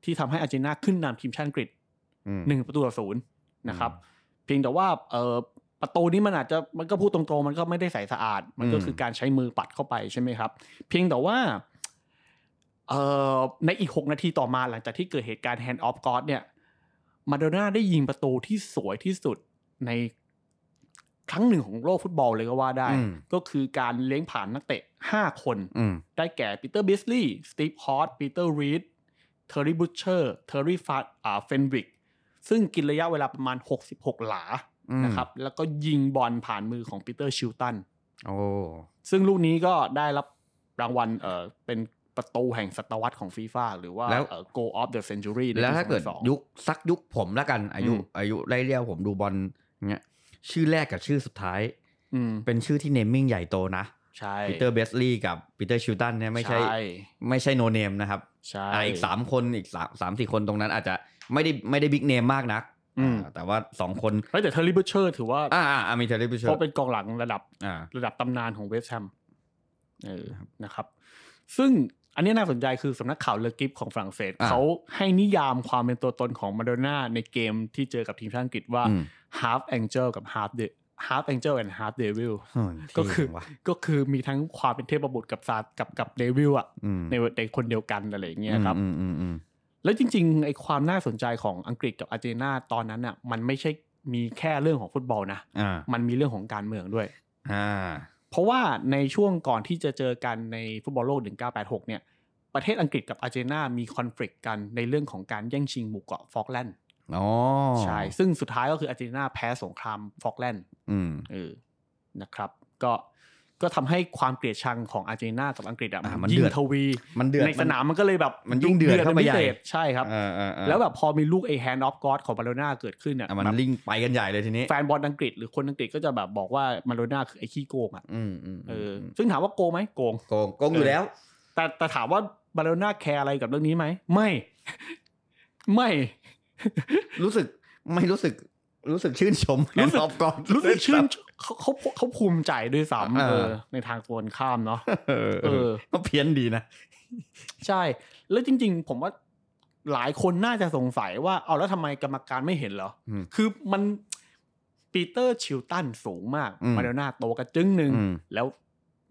ที่ทำให้อาร์เจนตินาขึ้นนำทีมชาติอังกฤษ อืม หนึ่งประตูต่อศูนย์นะครับ อื เพียงแต่ว่าเออประตูนี้มันอาจจะมันก็พูดตรงๆ มันก็ไม่ได้ใสสะอาด มันก็ อืม คือการใช้มือปัดเข้าไปใช่ไหมครับ เพียงแต่ว่าเออในอีก 6 นาทีต่อมาหลังจากที่เกิดเหตุการณ์ Hand of God เนี่ยมาโดน่าได้ยิงประตูที่สวยที่สุดในครั้งหนึ่งของโลกฟุตบอลเลยก็ว่าได้ อืม ก็คือการเลี้ยงผ่านนักเตะ 5 คน อืม ได้แก่ปีเตอร์บิสลีย์สตีฟฮอตปีเตอร์รีดเทอร์รี่บุชเชอร์เทอร์รี่ฟาอ่าเฟนวิก ซึ่งกินระยะเวลาประมาณ 66 หลา อืม นะครับ แล้วก็ยิงบอลผ่านมือของปีเตอร์ชิลตัน โอ้ ซึ่งลูกนี้ก็ได้รับรางวัลเอ่อเป็นประตูแห่งศตวรรษของฟีฟ่าหรือว่าเอ่อ Goal of the Century ในปี แล้วถ้าเกิด 2002 ยุคสักยุคผมละกันอายุ อืม อายุไล่เรียกผมดูบอลเงี้ยชื่อแรกกับชื่อสุดท้าย อืม เป็นชื่อที่เนมมิ่งใหญ่โตนะ ใช่ ปีเตอร์เบสลีย์กับปีเตอร์ชิลตันเนี่ยไม่ใช่ไม่ใช่โนเนมนะครับ ใช่ อ่าอีกสามคนอีกสามสามสี่คนตรงนั้นอาจจะไม่ได้ไม่ได้บิ๊กเนมมากนัก อืม อ่าแต่ว่าสองคน เฮ้ยแต่เทอร์รี่บุชเชอร์ถือว่า อ่าอ่าอ่ามีเทเลพิช เพราะเป็นกองหลังระดับ อ่า ระดับตำนานของเวสต์แฮมเออนะครับ ซึ่งอันนี้น่าสนใจคือสำนักข่าวเลอกิฟของฝรั่งเศส อ่า เขาให้นิยามความเป็นตัวตนของมาโดน่าในเกมที่เจอกับทีมชาติอังกฤษว่า อืม half angel กับ half de half angel and half devil เฮ้ย ก็คือ เท่จังว่ะ ก็คือมีทั้งความเป็นเทพบุตรกับซาตกับกับเดวิลอะ อืม ในในคนเดียวกันอะไรอย่างเงี้ยครับ อืมอืมอืม แล้วจริงๆไอความน่าสนใจของอังกฤษกับอาร์เจนตินาตอนนั้นอะมันไม่ใช่มีแค่เรื่องของฟุตบอลนะ อ่า มันมีเรื่องของการเมืองด้วย อ่า เพราะว่าในช่วงก่อนที่จะเจอกันในฟุตบอลโลก 1986 เนี่ย ประเทศอังกฤษกับอาร์เจนตินามีคอนฟ lict กันในเรื่องของการแย่งชิงหมู่เกาะฟอกแลนด์ อ๋อ ใช่ซึ่งสุดท้ายก็คืออาร์เจนตินาแพ้สงครามฟอกแลนด์ อืม เออนะครับ ก็ก็ทำให้ความเกลียดชังของอาร์เจนตินากับอังกฤษอะ อ่ามัน ยิ่ เดื ง อด ทวี มันเดือด ในสนามมันก็เลยแบบ มันยิ่งเดือดเข้าไป นพิ ใหญ่ เศษใช่ครับ อ่าอ่าอ่า แล้วแบบพอมีลูกไอ้แฮนด์ออฟกอดของบาร์โลน่าเกิดขึ้นเนี่ย อ่ะมัน แบบ ลิงไปกันใหญ่เลยทีนี้ แฟนบอลอังกฤษ หรือคนอังกฤษก็จะแบบบอกว่ามาโดน่าคือไอ้ขี้โกงอ่ะ อืมอืม เออ ม ซึ่งถามว่าโกงไหมโกง โกงโกงอยู่แล้ว แต่แต่ถามว่าบาร์เ o น่าแคร์อะไรกับเรื่องนี้ไหม ไม่ ไม่ รู้สึกไม่รู้สึกรู้สึกชื่นชม รู้สึก แอนด์ออฟก่อน รู้สึกชื่นเขาเขาเขาภูมิใจด้วย เอ ซ้ำ อ เออในทางตรงกันข้ามเนาะ เออ เออ ก็เพี้ยนดีนะ ใช่ แล้วจริง ๆ ผมว่าหลายคนน่าจะสงสัยว่าเอาแล้วทำไมกรรมการไม่เห็นเหรอ อืม คือมันปีเตอร์ชิลตันสูงมาก อืม มาเดลน่าโตกระจึงหนึ่ง อืม แล้ว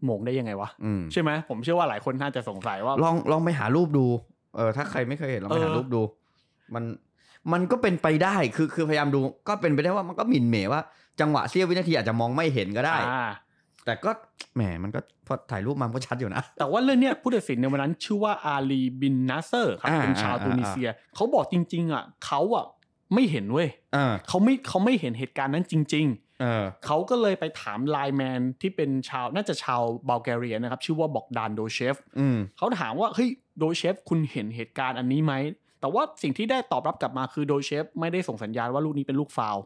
โหมงได้ยังไงวะ อืม ใช่ไหมผมเชื่อว่าหลายคนน่าจะสงสัยว่า ลองลองไปหารูปดู เออ ถ้าใครไม่เคยเห็นลองไปหา เออ รูปดู มันมันก็เป็นไปได้คือคือพยายามดู ก็เป็นไปได้ว่ามันก็หมิ่นเหมว่า จังหวะเสี้ยววินาทีอาจจะมองไม่เห็นก็ได้ อ่า แต่ก็แหมมันก็พอถ่ายรูปมามันก็ชัดอยู่นะ แต่ว่าเรื่องเนี้ยผู้ตัดสินในวันนั้นชื่อว่าอาลีบินนาเซอร์ครับ อ่า เป็นชาว อ่า ตูนิเซีย เขาบอกจริง ๆ อ่ะเขาอ่ะไม่เห็นเว้ย เออ เขาไม่เขาไม่เห็นเหตุการณ์นั้นจริง เออ ๆ เขาก็เลยไปถามไลน์แมนที่เป็นชาวน่าจะชาวบัลแกเรียนะครับ ชื่อว่าบอกดานโดเชฟ อืม เขาถามว่าเฮ้ยโดเชฟคุณเห็นเหตุการณ์อันนี้ไหม แต่ว่าสิ่งที่ได้ตอบรับกลับมาคือโดเชฟไม่ได้ส่งสัญญาณว่าลูกนี้เป็นลูกฟาวล์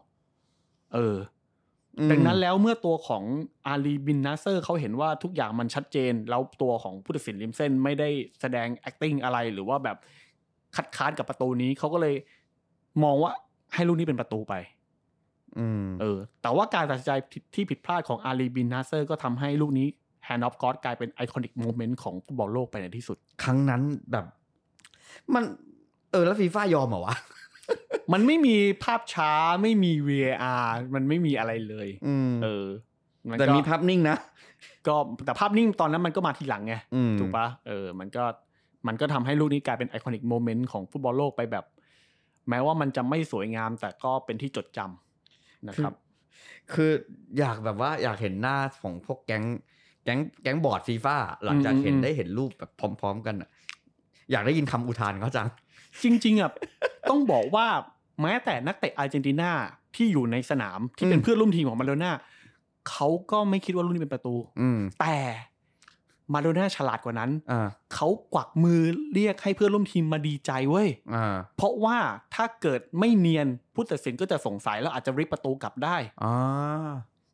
เออ ดังนั้นแล้วเมื่อตัวของอาลีบินนาเซอร์เขาเห็นว่าทุกอย่างมันชัดเจน แล้วตัวของผู้ตัดสินริมเส้นไม่ได้แสดง acting อะไรหรือว่าแบบคัดค้านกับประตูนี้เขาก็เลยมองว่าให้ลูกนี้เป็นประตูไป อืม เออ แต่ว่าการตัดสินใจผิดที่ผิดพลาดของอาลีบินนาเซอร์ก็ทำให้ลูกนี้ Hand of God กลายเป็นไอคอนิกโมเมนต์ของฟุตบอลโลกไปในที่สุด ครั้งนั้นแบบ มัน เออ แล้วฟีฟ่ายอมเหรอวะ มันไม่มีภาพช้าไม่มี VAR มันไม่มีอะไรเลย อืม เออมัน แต่ ก็ มีภาพนิ่งนะ ก็แต่ภาพนิ่งตอนนั้นมันก็มาทีหลังไง อืม ถูกปะเออ มันก็ มันก็ทำให้ลูกนี้กลายเป็นไอคอนิกโมเมนต์ของฟุตบอลโลกไปแบบ แม้ว่ามันจะไม่สวยงามแต่ก็เป็นที่จดจำนะครับ คืออยากแบบว่าอยากเห็นหน้าของพวกแก๊ง แก๊งแก๊งบอร์ดฟีฟ่าหลังจากเห็น อืม ได้เห็นรูปแบบพร้อม ๆ กันอะอยากได้ยินคำอุทานเขาจัง จริงๆอ่ะ ต้องบอกว่าแม้แต่นักเตะอาร์เจนตินาที่อยู่ในสนามที่เป็ อื น ม เพื่อนร่วมทีมของมาโดน่าเขาก็ไม่คิดว่าลูกนี้เป็นประตู อืม แต่มาโดน่าฉลาดกว่านั้น อ่า เขากวักมือเรียกให้เพื่อนร่วมทีมมาดีใจเว้ย อ่า เพราะว่าถ้าเกิดไม่เนียนผู้ตัดสินก็จะสงสัยแล้วอาจจะริบประตูกลับได้ อ่า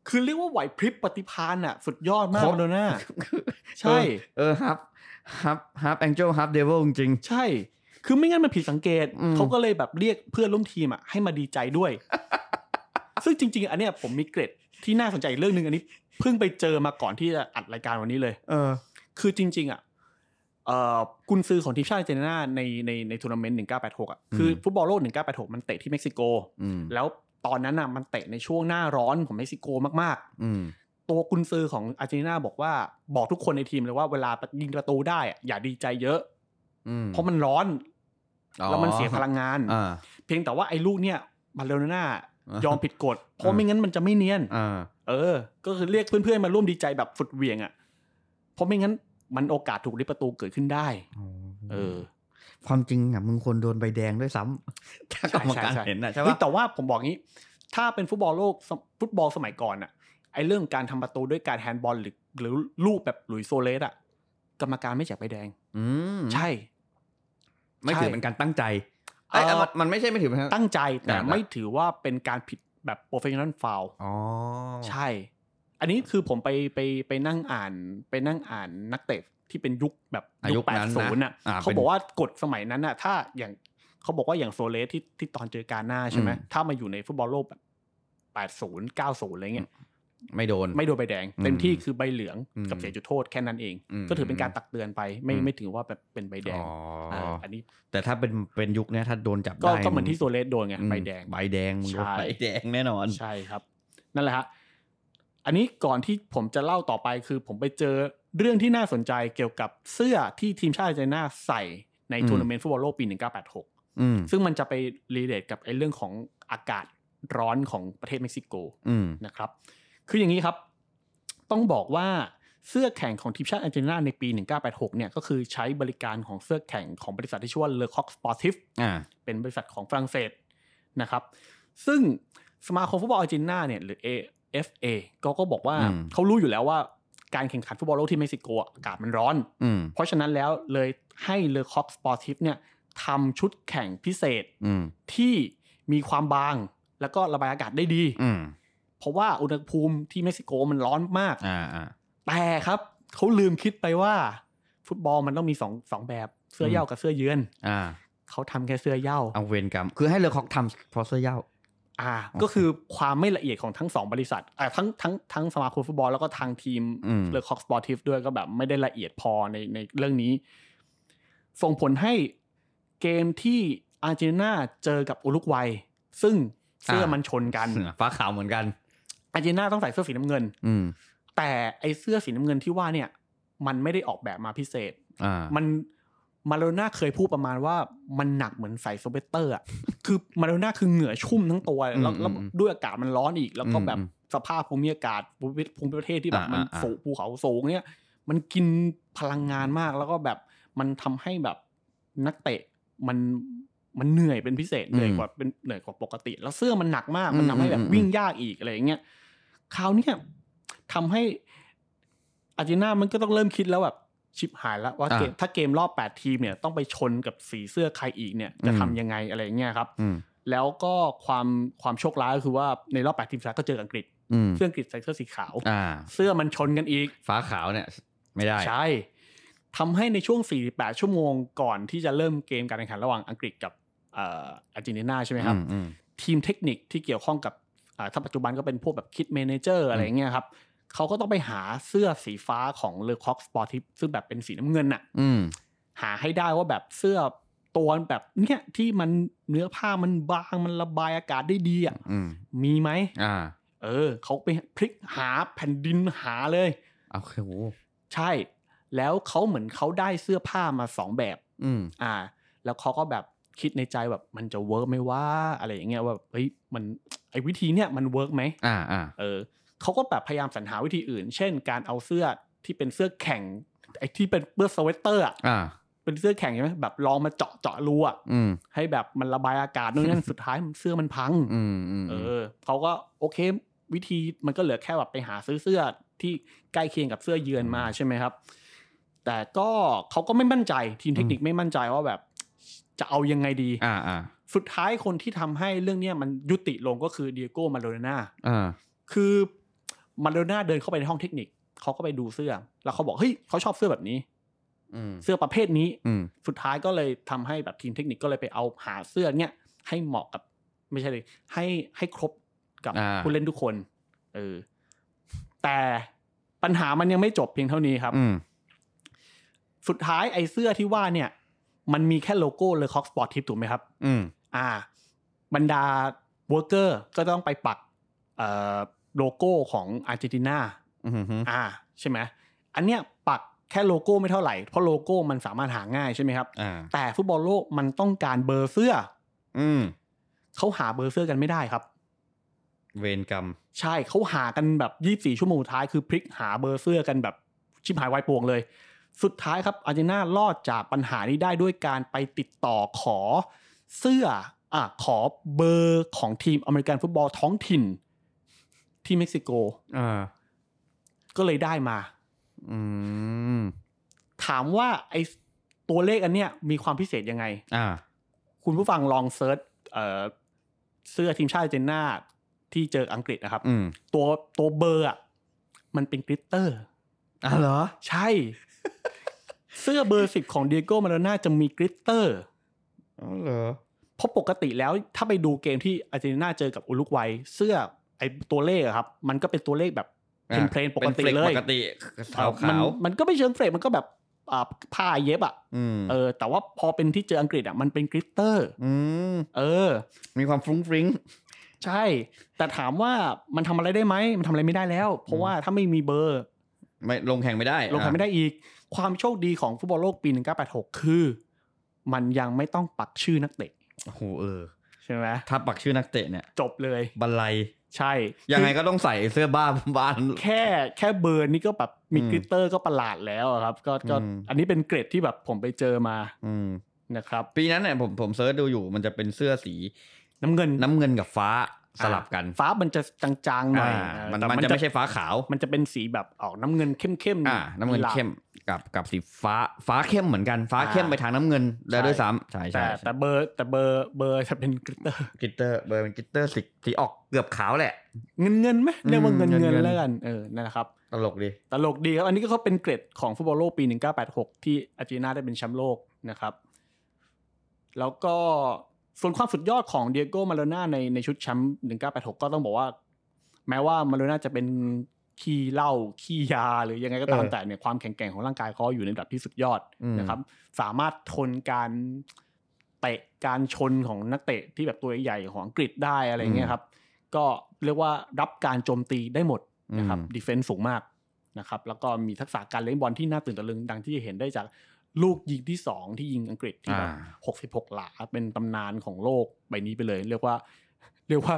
คือเรียกว่าไหวพริบปฏิภาณน่ะ สุดยอดมาก ครบ มาโดน่า ใช่ เออเออฮับฮับฮับแองเจิลฮับเดวิลจริง ใช่ คือไม่งั้นมันผิดสังเกต อืม เขาก็เลยแบบเรียกเพื่อนร่วมทีมอ่ะให้มาดีใจด้วย ซึ่งจริง ๆ อันเนี้ยผมมีเกร็ดที่น่าสนใจอีกเรื่องหนึ่งอันนี้ เพิ่งไปเจอมาก่อนที่จะอัดรายการวันนี้เลย ๆเออ คือจริง ๆ อ่ะเอ่อกุนซือของทีมชาติอาร์เจนตินาในในในทัวร์นาเมนต์ 1986 อ่ะ คืออ ม ฟุตบอลโลก 1986 มันเตะที่เม็กซิโก อืม แล้วตอนนั้นน่ะมันเตะในช่วงหน้าร้อนของเม็กซิโกมาก อืม ๆ ตัวกุนซือของอาร์เจนตินาบอกว่าบอกทุกคนในทีมเลยว่าเวลายิงประตูได้อะอย่าดีใจเยอะ อืม เพราะมันร้อน อ๋อ แล้วมันเสียพลังงาน อ่า เพียงแต่ว่าไอ้ลูกเนี่ยมาเลโนน่ายอมผิดกฎ เพราะ อ่า ไม่งั้นมันจะไม่เนียน อ่า เออ ก็คือเรียกเพื่อนๆมาร่วมดีใจแบบฝุดเหวียงอ่ะ เพราะไม่งั้นมันโอกาสถูกริบประตูเกิดขึ้นได้ เออ ความจริงอ่ะมึงควรโดนใบแดงด้วยซ้ำถ้ ากรรมการ ใช่ใช่ใช่ เห็นอ่ะใช่ เฮ้ ปะ ยแต่ว่าผมบอกงี้ ถ้าเป็นฟุตบอลโลกสมฟุตบอลสมัยก่อนอะไอเรื่องการทำประตูด้วยการแฮนด์บอลหรือหรือลูกแบบหลุยส์โซเลสอะกรรมการไม่แจกใบแดง อืม ใช่ ไม่ ใช่ ถือเป็นการตั้งใจไอ้ย เอ่อ มันมันไม่ใช่ไม่ถือเป็นการ ตั้งใจแต่ อ่า ไม่ถือว่าเป็นการผิดแบบโปรเฟชชั่น a l ฟาว อ๋อ ใช่ อันนี้คือผมไปไปไปนั่งอ่านไปนั่งอ่านนักเตะที่เป็นยุคแบบ อายุ ยุคแปด นั้น ศูนย์ นะ อ่ะเขา ป็น บอกว่ากฎสมัยนั้นอ่ะ ถ้าอย่างเขาบอกว่าอย่างโซเลสที่ที่ตอนเจอกาหน้าใช่ไหม อืม ถ้ามาอยู่ในฟุตบอลโลกแบบแปดศูนย์เก้าศูนย์อะไรเงี้ย ไม่โดน ไม่โดนใบแดง อืม เต็มที่คือใบเหลือง อืม กับเสียจุดโทษแค่นั้นเอง อืม ก็ถือเป็นการตักเตือนไป ไม่ อืม ไม่ถือว่าแบบเป็นใบแดง อ๋ออา อันนี้ แต่ถ้าเป็นเป็นยุคเนี้ยถ้าโดนจับ ก็ ได้ ก็เหมือนที่โซเลสโดนไง อืม ใบแดง ใบแดงมึง ใช่ โดนใบแดงแน่นอน ใช่ครับ นั่นแหละฮะอันนี้ก่อนที่ผมจะเล่าต่อไปคือผมไปเจอเรื่องที่น่าสนใจเกี่ยวกับเสื้อที่ทีมชาติอาร์เจนตินาใส่ใน อืม ทัวร์นาเมนต์ฟุตบอลโลกปี 1986 อืม ซึ่งมันจะไปรีเลทกับไอ้เรื่องของอากาศร้อนของประเทศเม็กซิโก อืม นะครับ คืออย่างนี้ครับ ต้องบอกว่าเสื้อแข่งของทีมชาติอาร์เจนตินาในปี 1986 เนี่ยก็คือใช้บริการของเสื้อแข่งของบริษัทที่ชื่อว่าเลอคอกสปอร์ติฟ อ่า เป็นบริษัทของฝรั่งเศสนะครับ ซึ่งสมาคมฟุตบอลอาร์เจนตินาเนี่ยหรือ AFA ก็ก็บอกว่า อืม เขารู้อยู่แล้วว่าการแข่งขันฟุตบอลโลกที่เม็กซิโกอะอากาศมันร้อน อืม เพราะฉะนั้นแล้วเลยให้เลอคอกสปอร์ทิฟเนี่ยทำชุดแข่งพิเศษ อืม ที่มีความบางแล้วก็ระบายอากาศได้ดี อืม เพราะว่าอุณหภูมิที่เม็กซิโกมันร้อนมาก อ่าอ่า แต่ครับเขาลืมคิดไปว่าฟุตบอลมันต้องมีสองสองแบบเสื้อ อืม เหย้ากับเสื้อเยือน อ่า เขาทำแค่เสื้อเหย้า เอาเวรกรรม คือให้เลอคอกทำเพราะเสื้อเหย้า อ่า โอเค ก็คือความไม่ละเอียดของทั้งสองบริษัทอ่าทั้งทั้งทั้งสมาคมฟุตบอลแล้วก็ทางทีม อืม เลอคอกสปอร์ทิฟด้วยก็แบบไม่ได้ละเอียดพอในในเรื่องนี้ ส่งผลให้เกมที่อาร์เจนตินาเจอกับอุรุกวัย ซึ่งเสื้อมันชนกัน เสือฟ้าขาวเหมือนกัน อาร์เจนตินาต้องใส่เสื้อสีน้ำเงิน อืม แต่ไอเสื้อสีน้ำเงินที่ว่าเนี่ย มันไม่ได้ออกแบบมาพิเศษ อ่า มันมาโลน่าเคยพูดประมาณว่ามันหนักเหมือนใส่สเวตเตอ ร์อ่ะ คือมาโลน่าคือเหงื่อชุ่มทั้งตัว อืม แล้วแล้ว อืม ด้วยอากาศมันร้อนอีก แล้วก็แบบ อืม สภาพภูมิอากาศภูมิภูมิประเทศที่แบบ อ่ามั มัน อ่า สูงภูเขาสูงเนี่ย มันกินพลังงานมากแล้วก็แบบมันทำให้แบบนักเตะมันมันเหนื่อยเป็นพิเศษเหนื่อยกว่าเป็นเหนื่อยกว่าปกติ แล้วเสื้อมันหนักมากมันทำให้แบบวิ่งยากอีกอะไรอย่างเงี้ยคราวเนี้ยทำให้อาร์เจนติน่ามันก็ต้องเริ่มคิดแล้วแบบชิบหายแล้วว่าเกม อ่า ถ้าเกมรอบ 8 ทีมเนี่ยต้องไปชนกับสีเสื้อใครอีกเนี่ยจะ อืม ทำยังไงอะไรอย่างเงี้ยครับ อืม แล้วก็ความความโชคร้ายก็คือว่าในรอบ 8 ทีมสุดท้ายก็เจออังกฤษ อืม เสื้ออังกฤษใส่เสื้อสีขาว อ่า เสื้อมันชนกันอีก ฟ้าขาวเนี่ย ไม่ได้ ใช่ ทำให้ในช่วง 48 ชั่วโมงก่อนที่จะเริ่มเกมการแข่งขันระหว่างอังกฤษกับเอ่ออาร์เจนตินาใช่ไหมครับ อืมอืม ทีมเทคนิคที่เกี่ยวข้องกับอ่าถ้าปัจจุบันก็เป็นพวกแบบคิดเมเนเจอร์อะไรอย่างเงี้ยครับ เขาก็ต้องไปหาเสื้อสีฟ้าของเลอคอกสปอร์ทิฟซึ่งแบบเป็นสีน้ำเงินน่ะ อืม หาให้ได้ว่าแบบเสื้อตัวแบบเนี้ยที่มันเนื้อผ้ามันบางมันระบายอากาศได้ดีอ่ะ อืม มีไหม อ่า เออ เขาไปพลิกหาแผ่นดินหาเลย เอาโอเคโห ใช่ แล้วเขาเหมือนเขาได้เสื้อผ้ามาสองแบบ อืม อ่า แล้วเขาก็แบบคิดในใจแบบมันจะเวิร์กไหมว่าอะไรอย่างเงี้ยว่าแบบเฮ้ยมันไอ้วิธีเนี้ยมันเวิร์กไหม อ่า อ่า เออเขาก็แบบพยายามสรรหาวิธีอื่น เช่น การเอาเสื้อ ที่เป็นเสื้อแข่งไอ้ที่เป็นเปื้อสเวตเตอร์อ่ะ อ่า เป็นเสื้อแข่งใช่ไหมแบบลองมาเจาะเจาะรูอ่ะ อืม ให้แบบมันระบายอากาศนู่นนั่น สุดท้ายเสื้อมันพัง อืมอืม เออเขาก็โอเค วิธีมันก็เหลือแค่แบบไปหาซื้อเสื้อที่ใกล้เคียงกับเสื้อเยือนมาใช่ไหมครับ แต่ก็เขาก็ไม่มั่นใจทีมเทคนิคไม่มั่นใจว่าแบบจะเอายังไงดี อ่าอ่า สุดท้ายคนที่ทำให้เรื่องเนี้ยมันยุติลงก็คือเดียโก้มาโดนาน่า อ่า คือมาโดนาน่าเดินเข้าไปในห้องเทคนิคเขาก็ไปดูเสื้อ แล้วเขาบอกเฮ้ยเขาชอบเสื้อแบบนี้ อืม เสื้อประเภทนี้ อืม สุดท้ายก็เลยทำให้แบบทีมเทคนิคก็เลยไปเอาหาเสื้อเนี่ยให้เหมาะกับไม่ใช่เลย ให้ให้ครบกับ อ่า ผู้เล่นทุกคนเออแต่ปัญหามันยังไม่จบเพียงเท่านี้ครับ อืม สุดท้ายไอ้เสื้อที่ว่าเนี่ย มันมีแค่โลโก้เลคอกสปอร์ตทิปถูกไหมครับ อืม อ่า บรรดา w ว r ร์เกอร์ก็ต้องไปปักเอ่อโลโก้ของอาร์เจนตินา อืมอืม อ่าใช่ไหมอันเนี้ยปักแค่โลโก้ไม่เท่าไหร่เพราะโลโก้มันสามารถหาง่ายใช่ไหมครับ อ่า แต่ฟุตบอลโลกมันต้องการเบอร์เสื้อ อืม เขาหาเบอร์เสื้อกันไม่ได้ครับ เวรกรรม ใช่เขาหากันแบบ 24 ชั่วโมงสุดท้ายคือพลิกหาเบอร์เสื้อกันแบบชิบหายวายป่วงเลย สุดท้ายครับอาร์เจนติน่ารอดจากปัญหานี้ได้ด้วยการไปติดต่อขอเสื้ออ่ะขอเบอร์ของทีมอเมริกันฟุตบอลท้องถิ่นที่เม็กซิโก อ่า ก็เลยได้มา อืม ถามว่าไอตัวเลขอันเนี้ยมีความพิเศษยังไง อ่า คุณผู้ฟังลองเซิร์ชเอ่อเสื้อทีมชาติอาร์เจนตินาที่เจออังกฤษนะครับ อืม ตัวตัวเบอร์อ่ะมันเป็นกริตเตอร์ อ่าเหรอ ใช่ เสื้อเบอร์สิบของเดียโก้มาโดน่าจะมีกริตเตอร์ อ๋อเหรอ เพราะปกติแล้วถ้าไปดูเกมที่อาร์เจนตินาเจอกับอุรุกวัยเสื้อไอตัวเลขอะครับ มันก็เป็นตัวเลขแบบ อ่ะ เพลนๆปกติ ป็นฟ เล ก ย ปกติขาว มัน ขาว มันก็ไม่เชิงเฟรมมันก็แบบอ่าผ้าเย็บอ่ะ อืม เออแต่ว่าพอเป็นที่เจออังกฤษอ่ะมันเป็นกริตเตอร์ อืม เออ มีความฟรุ้งฟริ้ง ใช่ แต่ถามว่ามันทำอะไรได้ไหมมันทำอะไรไม่ได้แล้ว เพ อื ราะ ม ว่าถ้าไม่มีเบอร์ ไม่ลงแข่งไม่ได้ ลงแข่งไม่ได้อีก ความโชคดีของฟุตบอลโลกปี 1986 คือ มันยังไม่ต้องปักชื่อนักเตะ โอ้โหเออ ใช่ไหม ถ้าปักชื่อนักเตะเนี่ย จบเลย บันไล ใช่ ยังไง คือ ก็ต้องใส่เสื้อบ้า บ้าน แค่แค่เบอร์นี่ก็แบบมี อืม กริตเตอร์ก็ประหลาดแล้วอะครับ ก็ก็ อืม อันนี้เป็นเกรดที่แบบผมไปเจอมา อืม นะครับ ปีนั้นเนี่ยผมผมเซิร์ชดูอยู่มันจะเป็นเสื้อสี น้ำเงิน น้ำเงินกับฟ้าสลับกัน ฟ้ามันจะจางๆหน่อย อ่า เออ มัน แต่ มันจะไม่ใช่ฟ้าขาว มันจะเป็นสีแบบออกน้ำเงินเข้มๆ อ่า น้ำเงิน หลาบ เข้มกับกับสีฟ้าฟ้าเข้มเหมือนกัน ฟ้า อ่า เข้มไปทางน้ำเงินแล้ว ใช่ ด้วยซ้ำใช่ แต่ ใช่ แต่เบอร์แต่เบอร์เบอร์จะเป็นกริตเตอร์ กลิตเตอร์เบอร์เป็นกลิตเตอร์สีสีออกเกือบขาวแหละ เงินเงินไหมเรียกว่าเงิน อืมเงิ เงิ น น เงิน แล้วกันเออนั่นแหละครับ ตลกดี ตลกดีครับ อันนี้ก็เขาเป็นเกรดของฟุตบอลโลกปี 1986 ที่อาร์เจนตินาได้เป็นแชมป์โลกนะครับ แล้วก็ส่วนความสุดยอดของเดียโก้มาโลน่าในในชุดแชมป์ 1986 ก็ต้องบอกว่า แม้ว่ามาโลน่าจะเป็นขี้เหล้าขี้ยา หรือยังไงก็ตาม เออ แต่เนี่ยความแข็งแกร่งของร่างกายเขาอยู่ในระดับที่สุดยอด อืม นะครับ สามารถทนการเตะการชนของนักเตะที่แบบตัวใหญ่ๆของอังกฤษได้อะไรเงี้ยครับ ก็เรียกว่ารับการโจมตีได้หมด นะครับ อืม ดีเฟนซ์สูงมากนะครับแล้วก็มีทักษะการเล่นบอลที่น่าตื่นตะลึงดังที่เห็นได้จากลูกยิงที่ 2 ที่ยิงอังกฤษที่แบบ อ่ 66 หลาเป็นตำนานของโลกใบนี้ไปเลย เรียกว่า เรียกว่า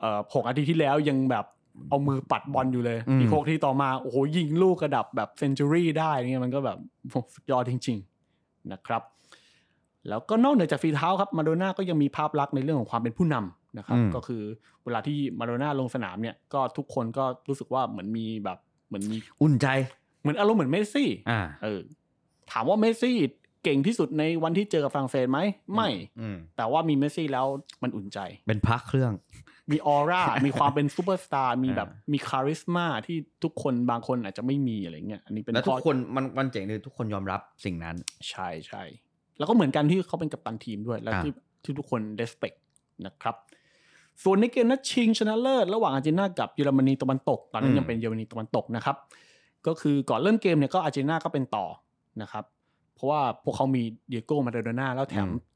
เอ่อหกอาทิตย์ที่แล้วยังแบบเอามือปัดบอลอยู่เลย อืม อีกหกที่ต่อมาโอ้โหยิงลูกกระดับแบบเซนจูรี่ได้เนี่ยมันก็แบบโหสุดยอดจริง ๆนะครับ แล้วก็นอกเหนือจากฝีเท้าครับมาโดน่าก็ยังมีภาพลักษณ์ในเรื่องของความเป็นผู้นำนะครับ อืม ก็คือเวลาที่มาโดน่าลงสนามเนี่ยก็ทุกคนก็รู้สึกว่าเหมือนมีแบบเหมือนมี อุ่นใจ เหมือนอารมณ์เหมือนเมสซี่ อ่า เออถามว่าเมสซี่เก่งที่สุดในวันที่เจอกับฝรั่งเศสไหมไม่ อืม แต่ว่ามีเมสซี่แล้วมันอุ่นใจ เป็นพักเครื่อง มีออ ร่า มีความเป็นซูเปอร์สตาร์มีแบบ อ่ามี มีคาริสมาที่ทุกคนบางคนอาจจะไม่มีอะไรเงี้ยอันนี้เป็น แล้วทุ ข้อก คนมันมันเจ๋งคือทุกคนยอมรับสิ่งนั้น ใช่ใช่แล้วก็เหมือนกันที่เขาเป็นกัปตันทีมด้วย แล้ว อ่า ที่ที่ทุกคนเดสเปกนะครับ ส่วนในเกมนัดชิงชนะเลิศระหว่างอาร์เจนตินากับเยอรมนีตะวันตก ตอนนั้นยังเป็นเยอรมนีตะวันตกนะครับ ก็คือก่อนเริ่มเกมเนี่ยก็อาร์เจนตินาก็เป็นต่อนะครับ เพราะว่าพวกเขามีเดียโก้มาโดโดน่าแล้วแถม อืม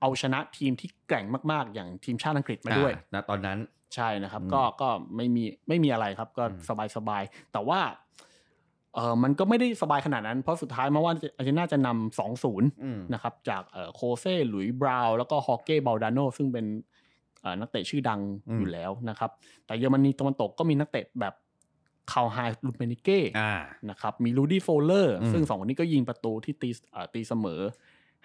เอาชนะทีมที่แกร่งมากๆ อย่างทีมชาติอังกฤษมาด้วย อ่นะตอนนั้น ใช่นะครับ อืม ก็ก็ไม่มีไม่มีอะไรครับ ก็ อืม สบายสบายแต่ว่าเออมันก็ไม่ได้สบายขนาดนั้น เพราะสุดท้ายแมาว่าอาร์เจนติน่าจะนำสองศูนย์ อืม นะครับจากเอ่อโคเซ่หลุยส์บราวน์แล้วก็ฮอเก้บาลดาโนซึ่งเป็นเอ่อนักเตะชื่อดังอยู่แล้วนะครับ แต่เยอรมนีตะวันตกก็มีนักเตะแบบ คาวไฮลูเมนิเก้ อ่า นะครับมีลูดี้โฟลเลอร์ อืม ซึ่งสองคนนี้ก็ยิงประตูที่ตีเอ่อตีเสมอ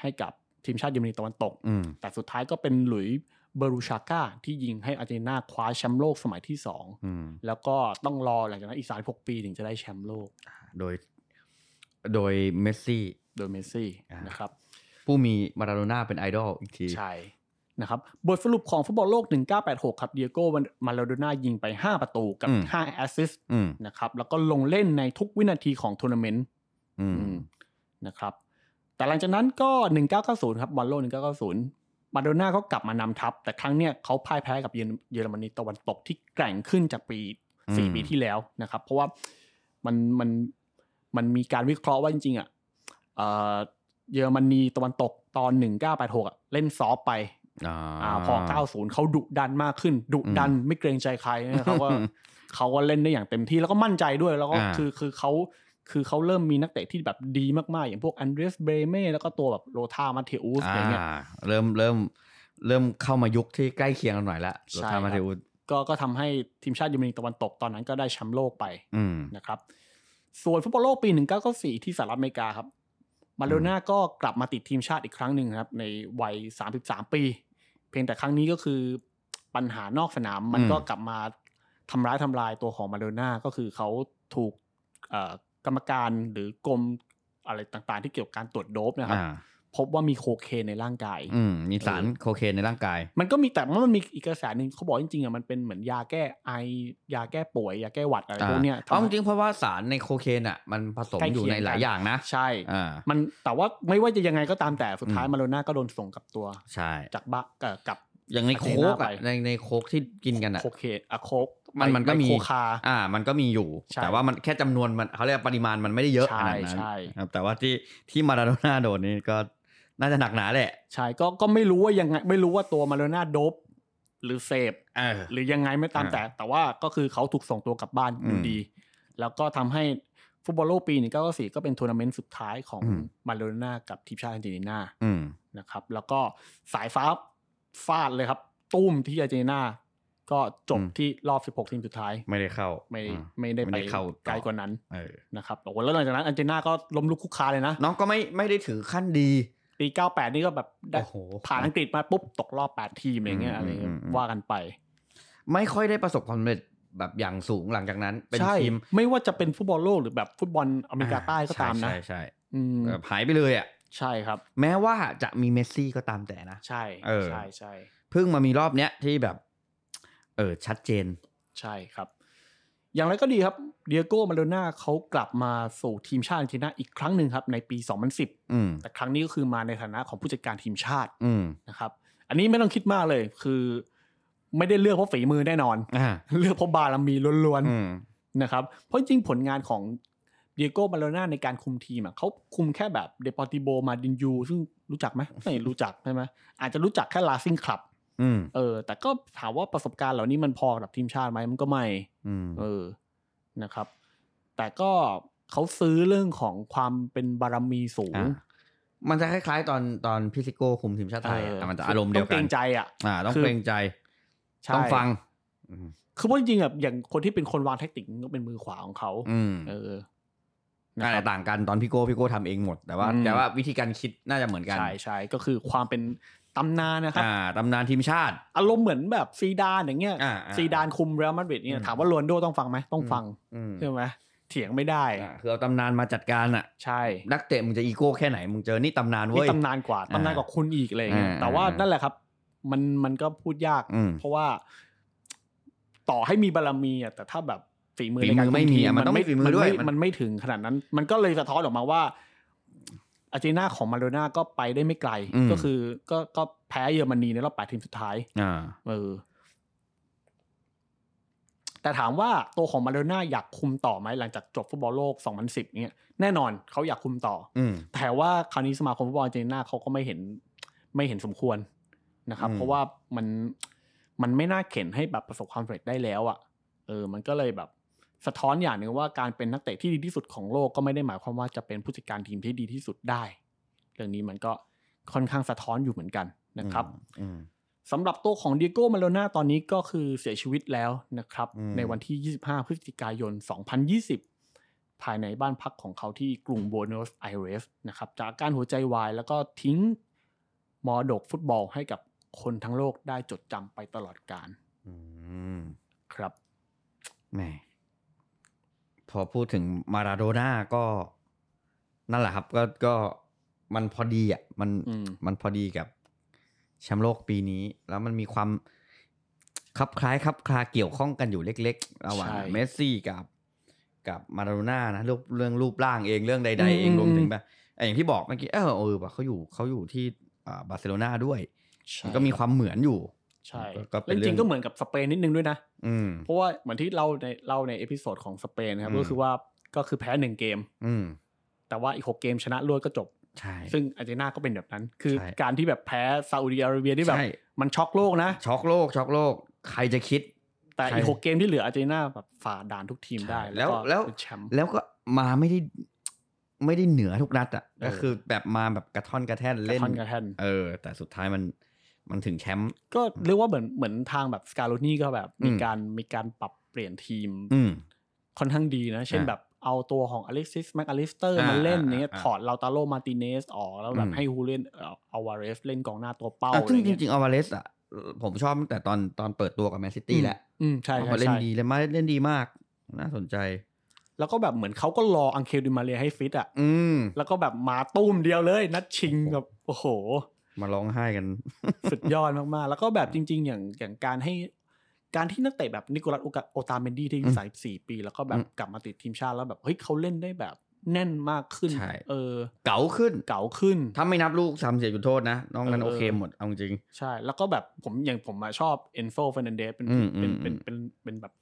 ให้กับทีมชาติเยอรมนีตะวันตก อืม แต่สุดท้ายก็เป็นหลุยส์เบอรูชาก้าที่ยิงให้อาร์เจนตินาคว้าแชมป์โลกสมัยที่ อืม 2 แล้วก็ต้องรอหลังจากนั้นอีก 36 ปีถึงจะได้แชมป์โลก โดย โดยเมสซี่ โดยเมสซี่ อ่าน นะครับ ผู้มีมาราโดน่าเป็นไอดอลอีกที ใช่นะครับบทสรุปของฟุตบอลโลก 1986 ครับเดียโก้มาราโดน่ายิงไป 5 ประตูกับ อืม 5 แอสซิสต์ อืม นะครับแล้วก็ลงเล่นในทุกวินาทีของทัวร์นาเมนต์ อืม อืมนะครับแต่หลังจากนั้นก็ 1990 ครับบอลโลก 1990 มาราโดน่าก็กลับมานำทัพ แต่ครั้งเนี้ยเขาพ่ายแพ้กับเยอรเยอรมนีตะวันตกที่แกร่งขึ้นจากปี อืม 4 ปีที่แล้วนะครับ เพราะว่ามันมันมันมีการวิเคราะห์ว่าจริงๆอ่ะเอ่อเยอรมนีตะวันตกตอน 1986อ่ะเล่นซอฟต์ไป อ่า อ่าพอ 90 เขาดุดันมากขึ้น ดุดันไม่เกรงใจใครนะเขาก็เขาก็เล่นได้อย่างเต็มที่แล้วก็มั่นใจด้วยแล้วก็ อ่า คือคือเขาคือเขาเริ่มมีนักเตะที่แบบดีมากๆ อย่างพวกอันเดรสเบรเม่แล้วก็ตัวแบบโรธามาเทอุสอะไรเงี้ย อ่าเริ่มเริ่มเริ่มเข้ามายุคที่ใกล้เคียงกันหน่อยละ ใช่ โรธามา ค เท รับ อุส ก็ก็ทำให้ทีมชาติเยอรมนีตะวันตกตอนนั้นก็ได้แชมป์โลกไป อืม นะครับส่วนฟุตบอลโลกปี 1994 ที่สหรัฐอเมริกาครับมาโดน่าก็กลับมาติดทีมชาติอีกครั้งหนึ่งครับในวัย 33 ปี เพียงแต่ครั้งนี้ก็คือปัญหานอกสนามมัน อืม ก็กลับมาทำร้ายทำลายตัวของมาโดน่าก็คือเขาถูกเอ่อกรรมการหรือกรมอะไรต่างๆ ที่เกี่ยวกับการตรวจโดปนะครับ อ่า พบว่ามีโคเคนในร่างกาย อืม มีสารโคเคนในร่างกาย มันก็มีแต่ว่ามันมีอีกกระแสหนึ่งเขาบอกจริงๆอ่ะมันเป็นเหมือนยาแก้ไอยาแก้ป่วยยาแก้หวัดอะไรพวกเนี้ย อ่าเอาจ ทำให้ ริงๆเพราะว่าสารในโคเคนอ่ะ มันผสม ใกล้ อ เคียง ยู่ในหลาย กัน อย่างนะ ใช่ อ่า มันแต่ว่าไม่ว่าจะยังไงก็ตามแต่สุดท้าย อืม มาโลน่าก็โดนส่งกลับตัว ใช่ จากบ้าเอ่อกับ อย่างในโคกอ่ะ อาเจน่าไป ในในโคกที่กินกันอ่ะ โคเคนอะโคก มันมันก็มี ไโคคา อ่า มันก็มีอยู่ ใช่ แต่ว่ามันแค่จำนวนมันเขาเรียกว่าปริมาณมันไม่ได้เยอะขใช่นาดนั้น ใช่ ครับแต่ว่าที่ที่มาราโดน่าโดนนี่ก็น่าจะหนักหนาแหละ ใช่ก็ก็ไม่รู้ว่ายังไงไม่รู้ว่าตัวมาโลน่าโดบหรือเสพ เออ หรือยังไงไม่ตาม อ่า แต่ แต่ว่าก็คือเขาถูกส่งตัวกลับบ้านอ อื ยู่ ม ดี แล้วก็ทำให้ฟุตบอลโลกปีหนึ่งเก้าเก้าสี่ก็เป็นทัวร์นาเมนต์สุดท้ายของ อืม มาโลน่ากับทีมชาติอาร์เจนตินา อืม นะครับแล้วก็สายฟ้าฟาดเลยครับ ตุ้มที่อาร์เจนตินาก็จบ อืม ที่รอบ 16 ทีมสุดท้าย ไม่ได้เข้า ไม่ อื ไม่ได้ ไม่ ไป ได้เข้าต่อ ไกลกว่านั้น เออ นะครับโอ้โหแล้วหลังจากนั้นอาร์เจนตินาก็ล้มลุกคลุกคลานเลยนะ น้องก็ไม่ไม่ได้ถือขั้นดี ปี 98 นี่ก็แบบได้ โอ้โห ผ่านอังกฤษมาปุ๊บ ตกรอบ 8 ทีมอะไรเงี้ย อืม อะไรเงี้ย อืมอืม ว่ากันไป ไม่ค่อยได้ประสบความสำเร็จแบบอย่างสูงหลังจากนั้น เป็น ใช่ ทีม ไม่ว่าจะเป็นฟุตบอลโลกหรือแบบฟุตบอลอเมริกาใต้ก็ตามนะ ใช่ใช่ อืม ใช่แบบหายไปเลยอ่ะ ใช่ครับ แม้ว่าจะมีเมสซี่ก็ตามแต่นะ ใช่ เออ ใช่ใช่ เพิ่งมามีรอบเนี้ยที่แบบ เออ ชัดเจน ใช่ครับ อย่างไรก็ดีครับเดียโก้มาโดน่าเขากลับมาสู่ทีมชาติอาร์เจนตินาอีกครั้งหนึ่งครับ ในปี 2010 อืม แต่ครั้งนี้ก็คือมาในฐานะของผู้จัดการทีมชาติ อืม นะครับ อันนี้ไม่ต้องคิดมากเลยคือ ไม่ได้เลือกเพราะฝีมือแน่นอน อ่า เลือกเพราะบารมีล้วน อืม ๆนะครับ เพราะจริงๆผลงานของเดียโก้มาโดน่าในการคุมทีมอะเขาคุมแค่แบบเดปอติโบมาดินยู ซึ่งรู้จักไหมไม่รู้จักใช่ไหมอาจจะรู้จักแค่ลาซิงคลับ อืม เออแต่ก็ถามว่าประสบการณ์เหล่านี้มันพอกับทีมชาติไหมมันก็ไม่ อืม เออ นะครับ แต่ก็เขาซื้อเรื่องของความเป็นบารมีสูง อ่ะ มันจะคล้ายๆ ตอนตอนพี่ซิโก้คุมทีมชาติไทย เ อ่ะมันจะอารมณ์เดียว ต้งเก กันรงใจอ่ะ อ่า ต้อง คือ เกรงใจ ใช่ ต้องฟัง อืม คือเพราะจริงๆอ่ะอย่างคนที่เป็นคนวางแท็กติกก็เป็นมือขวาของเขา อืม เออ นั่นแหละต่างกันตอนพี่โก้พี่โก้ทำเองหมด แต่ว่า อืม แต่ว่าวิธีการคิดน่าจะเหมือนกัน ใช่ใช่ก็คือความเป็นตำนานนะครับ อ่าตำนานทีมชาติ อารมณ์เหมือนแบบซีดานอย่างเงี้ย อ่าอ่า ซีดานคุมเรอัลมาดริดเนี่ อื ย ม ถามว่าโรนลโดต้องฟังไหมต้องฟัง อืม ใช่ไหมเถียงไม่ได้ อ่าคือเอาตำนานมาจัดการอ่ะ ใช่ นักเตะมึงจะอีโก้แค่ไหน มึงเจอนี่ตำนาน นี่ เว้ย ตำนานกว่าตำนานกว่าคุณอีกอะไรอย่างเงี้ย อ่า แต่ว่า อ่านั่ นั่นแหละครับ มันมันก็พูดยาก อืม เพราะว่าต่อให้มีบารมีอ่ะแต่ถ้าแบบฝีมือ ฝี ใน มือการคุ ไม่มีอะมันต้องมีฝีมือด้วยมันไมันไม่ถึงขนาดนั้น มันก็เลยสะท้อนออกมาว่า อาร์เจนตินาของมาโดน่าก็ไปได้ไม่ไกล อืม ก็คือ ก็ก็แพ้เยอรมนีในรอบแปดทีมสุดท้าย อ่า เออแต่ถามว่าตัวของมาโดน่าอยากคุมต่อไหมหลังจากจบฟุตบอลโลก 2010 เนี่ยแน่นอนเขาอยากคุมต่อ อืม แต่ว่าคราวนี้สมาคมฟุตบอลอาร์เจนตินาเขาก็ไม่เห็นไม่เห็นสมควรนะครับ อืม เพราะว่ามันมันไม่น่าเข็นให้แบบประสบความสำเร็จได้แล้วอะ่ะ เออ มันก็เลยแบบสะท้อนอย่างหนึ่งว่าการเป็นนักเตะที่ดีที่สุดของโลกก็ไม่ได้หมายความว่าจะเป็นผู้จัดการทีมที่ดีที่สุดได้ เรื่องนี้มันก็ค่อนข้างสะท้อนอยู่เหมือนกันนะครับ อืม สำหรับตัวของเดียโก้มาโลนาตอนนี้ก็คือเสียชีวิตแล้วนะครับ อืม ในวันที่ 25 พฤศจิกายน 2020 ภายในบ้านพักของเขาที่กรุงโบนอสไอเรสนะครับจากอาการหัวใจวายแล้วก็ทิ้งมรดกฟุตบอลให้กับคนทั้งโลกได้จดจำไปตลอดกาล อืม ครับ แหมพอพูดถึงมาราโดน่าก็นั่นแหละครับ ก็ก็มันพอดีอ่ะมัน อืม มันพอดีกับแชมป์โลกปีนี้ แล้วมันมีความคลับคล้ายคลับคลาเกี่ยวข้องกันอยู่เล็กๆระหว่าง ใช่ เมสซี่กับ กับมาราโดน่านะเรื่องเรื่องรูปร่างเองเรื่องใด ๆ เอง อืม รวมถึงแบบเอ่ออย่างที่บอกเมื่อกี้เออเออว่ะเขาอยู่เขาอยู่ที่อ่าบาร์เซโลนาด้วยมันก็มีความเหมือนอยู่ ใช่ ก็เป็ แล้ว น จ เรื่อง ริงๆก็เหมือนกับสเปนนิดนึงด้วยนะ อืม เพราะว่าเหมือนที่เราในเราในเอพิโซดของสเปนนะครับ อืม ก็คือว่าก็คือแพ้หนึ่งเกม อืม แต่ว่าอีกหกเกมชนะรวดก็จบ ใช่ ซึ่งอาร์เจนตินาก็เป็นแบบนั้น คือ ใช่ การที่แบบแพ้ซาอุดิอาระเบียที่แบบ ใช่ มันช็อกโลกนะ ช็อกโลกช็อกโลก ใครจะคิด แต่ ใช่ อีกหกเกมที่เหลืออาร์เจนตินาแบบฝ่าด่านทุกทีมได้ ใช่แล้ว ก็ แล้ว เป็นแชมป์ แล้วก็มาไม่ได้ไม่ได้เหนือทุกนัดอ่ะก็คือแบบมาแบบกระท่อนกระแท่น กระ เล่น ท่อนกระแท่น เออ แต่สุดท้ายมันมันถึงแชมป์ ก็เรียกว่าเหมือนเหมือนทางแบบสกาโ o นี่ก็แบบมี อืม การมีการปรับเปลี่ยนทีม อืม ค่อนข้างดีนะ เช่น อ่ะ แบบเอาตัวของอเล็กซิสแม็กอลิสเตอร์ อ่ะ มาเล่น อ่ะ เนี้ย อ่ะ ถอดลาตาโลมาติเนสออก แล้วแบ อื บ ม ให้ฮูเล่นเอาวาเรสเล่นกองหน้าตัวเป้า อ่ะ อะไร ซึ่งจ เงี้ย ริงๆอวาเลสอ่ะ ผมชอบตั้งแต่ตอนตอนเปิดตัวกับแมนซิตี้แหละ อืมใช่ใช่ เขาเล่น ใช่ ดีเลยมาเล่นดีมาก น่าสนใจ แล้วก็แบบเหมือนเขาก็รออังเคลดิมาเลียให้ฟิตอ่ะ อืม แล้วก็แบบมาตุ้มเดียวเลย นัดชิง โอ้โห แบบโอ้โห มาร้องไห้กัน สุดยอดมาก ๆ แล้วก็แบบจริง ๆ อย่างอย่างการให้การที่นักเตะแบบนิโคลัสโอตาเมนดี้ที่อายุ อืม สายสี่ปี แล้วก็แบบ อืม กลับมาติดทีมชาติแล้วแบบเฮ้ยเขาเล่นได้แบบแน่นมากขึ้น ใช่ เออ เก๋าขึ้น เก่าขึ้น ถ้าไม่นับลูกทำเสียจุดโทษนะน้องนั้น เออ โอเคหมดเอาจริง ใช่ แล้วก็แบบผมอย่างผมอะชอบเอนโฟเฟนันเดสเป็น อืมอืม เป็นเป็น อืม เป็นเป็นแบบ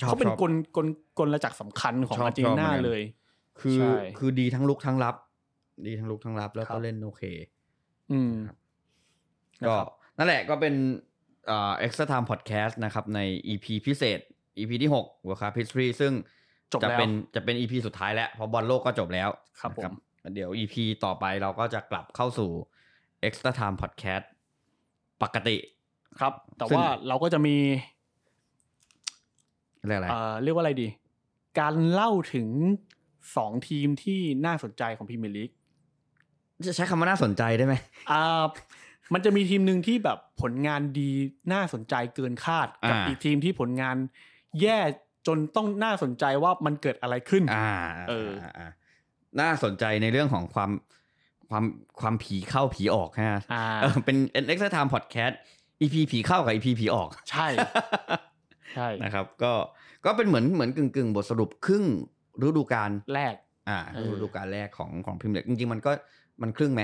ชอบ เขาเป็น ชอบ กลกลกลจักรสำคัญของ ชอบ อาร์เจนตินา ชอบเหมือนกัน เลย คือ ใช่ คือดีทั้งลุกทั้งรับ ดีทั้งลุกทั้งรับแล้ว ครั ก็ บ เล่นโอเค อืม ก็ นะครับ นั่นแหละก็เป็นเอ็กซ์ต i m มพอดแคสต์นะครับ ใน EP พิเศษ EP ที่6หัวคาพิส r รีซึ่ง จบ จะ แล้ว เป็นจะเป็น EP สุดท้ายแล้วเพอบอลโลกก็จบแล้ว ครับผม นะเดี๋ยว EP ต่อไปเราก็จะกลับเข้าสู่ Extra Time Podcast ปกติ ครับ แต่ ซึ่ง ว่าเราก็จะมี เรียกอะไร เอ่อเรียกว่าอะไรดี การเล่าถึงสองทีมที่น่าสนใจของพรีเมียร์ลีก จะใช้คำว่าน่าสนใจได้ไหม อ่ามันจะมีทีมหนึ่งที่แบบผลงานดีน่าสนใจเกินคาด กับ อ่า อีกทีมที่ผลงานแย่จนต้องน่าสนใจว่ามันเกิดอะไรขึ้น อ่า เอออ่ าาน่าสนใจในเรื่องของความความความผีเข้าผีออกฮะ อ่า เออเป็น Extra Time Podcast EP ผีเข้ากับ EP ผีออก ใช่ ใช่ นะครับ ก็ก็เป็นเหมือนเหมือนกึ่งกึ่งๆ บทสรุปครึ่งฤดูกาล แรก อ่า เออ ฤดูกาลแรกของของพิมพ์เล็กจริงๆ มันก็มันครึ่งไหม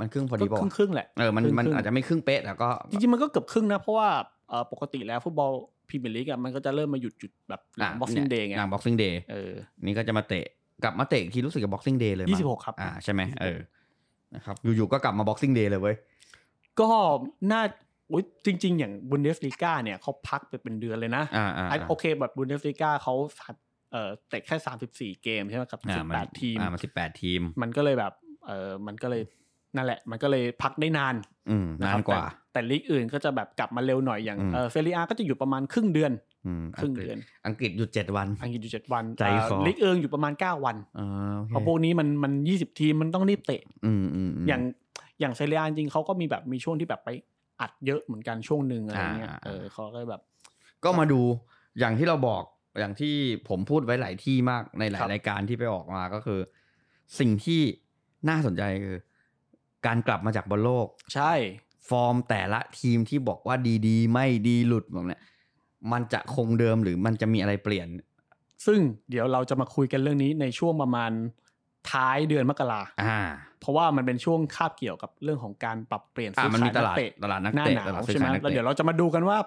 มันครึ่งพอดี ก็ ป่ะ ครึ่ วะ งครึ่งๆแหละ เออมันมัน ครึ่งๆ อาจจะไม่ครึ่งเป๊ะแล้วก็ จริงๆมันก็เกือบครึ่งนะ เพราะว่าเอ่อปกติแล้วฟุตบอลพรีเมียร์ลีกอะมันก็จะเริ่มมาหยุดจุดแบบหลัง อ่า บ็อกซิ่งเดย์ไง หลัง Boxing Day เออ นี่ก็จะมาเตะกลับมาเตะอีกทีรู้สึกกับ Boxing Day เลยมั้ง ยี่สิบหกครับ อ่าใช่ไหมเออนะครับอยู่ๆก็กลับมา Boxing Day เลยเว้ย ก็น่าอุ๊ยจริง ๆ อย่างบุนเดสลีกาเนี่ยเขาพักไปเป็นเดือนเลยนะ อ่าอ่า ไอ้โอเคแบบบุนเดสลีกาเขาสัตว์เอ่อเตะแค่ 34 เกมใช่ไหมกับ อ่ามัน 18ทีม อ่ามันสิบแปดทีม มันก็เลยแบบเออมันก็เลยนั่นแหละ มันก็เลยพักได้นาน อืม ะ นา ครับ นกว่า แต่แต่ลีกอื่นก็จะแบบกลับมาเร็วหน่อยอย่าง อืม เออเซเรียก็จะอยู่ประมาณครึ่งเดือน อืม ครึ่งเดือน อังกฤษหยุดเจ็ดวัน อังกฤษอยู่เจ็ดวัน ใจ เอ่อ คอ ลีกเอิงอยู่ประมาณ 9 วัน อ่าโอเค เพราะพวกนี้มันมันยี่สิบทีมมันต้องรีบเตะ อืมอืมม อย่างอย่างเซเรียจริงๆเขาก็มีแบบมีช่วงที่แบบไปอัดเยอะเหมือนกันช่วงหนึ่งอะไรเงี้ย อ่า เออเขาก็แบบ ก็มาดูอย่างที่เราบอกอย่างที่ผมพูดไว้หลายที่มากในหลา ครั ย บ รายการที่ไปออกมาก็คือ สิ่งที่น่าสนใจคือ การกลับมาจากบอลโลก ใช่ ฟอร์มแต่ละทีมที่บอกว่าดีๆ ไม่ดีหลุดแบบเนี้ยมันจะคงเดิมหรือมันจะมีอะไรเปลี่ยน ซึ่งเดี๋ยวเราจะมาคุยกันเรื่องนี้ในช่วงประมาณท้ายเดือนมกรา อ่า เพราะว่ามันเป็นช่วงคาบเกี่ยวกับเรื่องของการปรับเปลี่ยน อ่า ซื้อ มัน ขา มี ย ต นัก ลาด เตะ ตลาดนัก หน้า เตะ หนา ตลาว ดซื้อ ใช่ไหม ขายนัก แล้วเดี๋ย เตะ วเราจะมาดูกันว่า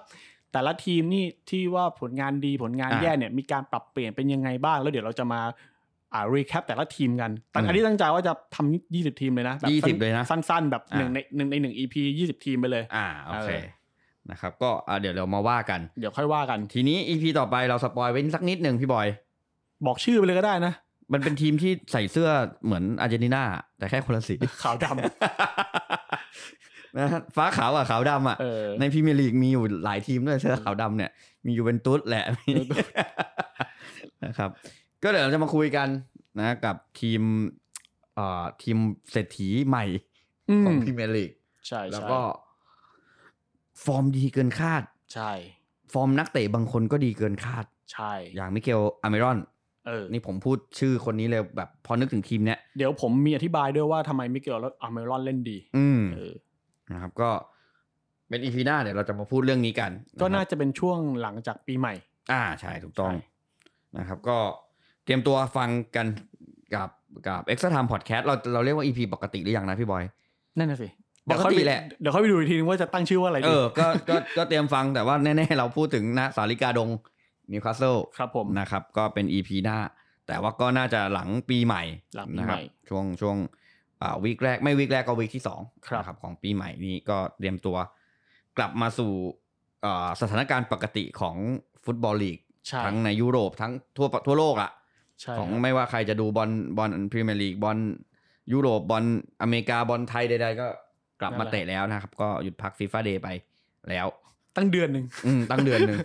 แต่ละทีมนี่ที่ว่าผลงานดีผลงาน อ่า แย่เนี่ยมีการปรับเปลี่ยนเป็นยังไงบ้าง แล้วเดี๋ยวเราจะมาอ่ารีแคปแต่ละทีมกันแต่ อืม อันนี้ตั้งใจว่าจะทำ20 ทีมเลยนะแบบสั้น 20เลยนะ สั้นๆแบบ อ่า หนึ่งในหนึ่งในหนึ่ง EP 20 ทีมไปเลย อ่าโอเค เออ นะครับ ก็อ่าเดี๋ยวเรามาว่ากัน เดี๋ยวค่อยว่ากัน ทีนี้ EP ต่อไปเราสปอยไว้สักนิดหนึ่งพี่บอย บอกชื่อไปเลยก็ได้นะ มันเป็นทีมที่ใส่เสื้อเหมือนอาร์เจนตินาแต่แค่คนละสี ขาวดำ นะฮะฟ้าขาวกับขาวดำอ่ะ เออ ในพรีเมียร์ลีกมีอยู่หลายทีมด้วยเสื้อขาวดำเนี่ย มียูเวนตุสแหละ นะครับ ก็เดี๋ยวเราจะมาคุยกันนะกับทีมเอ่อทีมเศรษฐีใหม่ อื ของ ม พรีเมียร์ลีก ใช่ แล้ว ใช่ ก็ฟอร์มดีเกินคาด ใช่ ฟอร์มนักเตะบางคนก็ดีเกินคาด ใช่ อย่างมิเกลอาร์เมรอน เออ นี่ผมพูดชื่อคนนี้เลยแบบพอนึกถึงทีมเนี้ย เดี๋ยวผมมีอธิบายด้วยว่าทำไมมิเกลอาร์เมรอนเล่นดี อืม เออ นะครับ ก็เป็นอีพีหน้าเดี๋ยวเราจะมาพูดเรื่องนี้กันครับ ก็น่าจะเป็นช่วงหลังจากปีใหม่ อ่าใช่ถูกต้อง ใช่ นะครับ ก็เตรียมตัวฟังกันกับกับ Extra Time Podcast เราเราเรียกว่า EP ปกติหรือยังนะพี่บอย นั่นน่ะสิ ปกติแหละ เดี๋ยวค่อยไปดูอีกทีนึงว่าจะตั้งชื่อว่าอะไร เอ ดี อก็ก็ก็เตรียมฟังแต่ว่าแน่ๆ เราพูดถึงนะสาริกาดงนิวคาสเซิล ครับผม นะครับ ก็เป็น EP หน้า แต่ว่าก็น่าจะหลังปีใหม่ หลังปี นะค ใหม่ รับช่วงช่วงอ่าวีคแรกไม่วีคแรกก็วีคที่สอง ครับ นะของปีใหม่นี้ก็เตรียมตัวกลับมาสู่อ่าสถานการณ์ปกติของฟุตบอลลีก ใช่ ทั้งในยุโรปทั้งทั่วทั่วโลกอ่ะ ใช่ ของ ครับ ไม่ว่าใครจะดูบอลบอลพรีเมียร์ลีกบอลยุโรปบอลอเมริกาบอลไทยใดๆก็กลับมาเตะแล้วนะครับ ก็หยุดพักฟีฟ่าเดย์ไปแล้ว ตั้งเดือนหนึ่ง อืมตั้งเดือน หนึ่ง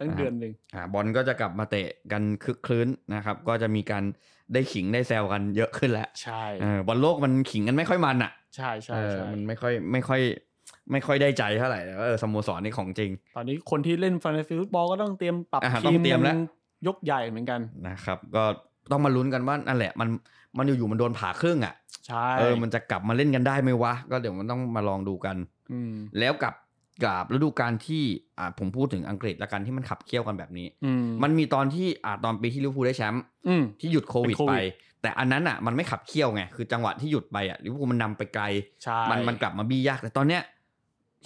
ตั้งเดือนหนึ่ง อ่าบอลก็จะกลับมาเตะกันคึกคลื้นนะครับ ก็จะมีการได้ขิงได้แซวกันเยอะขึ้นแล้ว ใช่ เออบอลโลกมันขิงกันไม่ค่อยมันอ่ะ ใช่ใช่ เออ ใช่ มันไม่ค่อยไม่ค่อย ไม่ค่อยได้ใจเท่าไหร่แต่ว่าเออสโมสรนี่ของจริง ตอนนี้คนที่เล่นฟันฟิฟุตบอลก็ต้องเตรียมปรับ อ่าต้ ที อง ม เตรียมแล้ว ยกใหญ่เหมือนกัน นะครับ ก็ต้องมาลุ้นกันว่านั่นแหละ มันมันอยู่ๆมันโดนผ่าครึ่งอ่ะ ใช่ เออ มันจะกลับมาเล่นกันได้ไหมวะ ก็เดี๋ยวมันต้องมาลองดูกัน อืม แล้วกับกับฤดูกาลที่อ่าผมพูดถึงอังกฤษละกันที่มันขับเคี่ยวกันแบบนี้ อืม มันมีตอนที่อ่าตอนปีที่ลิเวอร์พูลได้แชมป์ อืม ที่หยุดโควิด เป็นโควิด ไป แต่อันนั้นอ่ะมันไม่ขับเคี่ยวไง คือจังหวะที่หยุดไปอ่ะลิเวอร์พูลมันนำไปไกล ใช่ มันมันกลับมาบี้ยาก แต่ตอนเนี้ย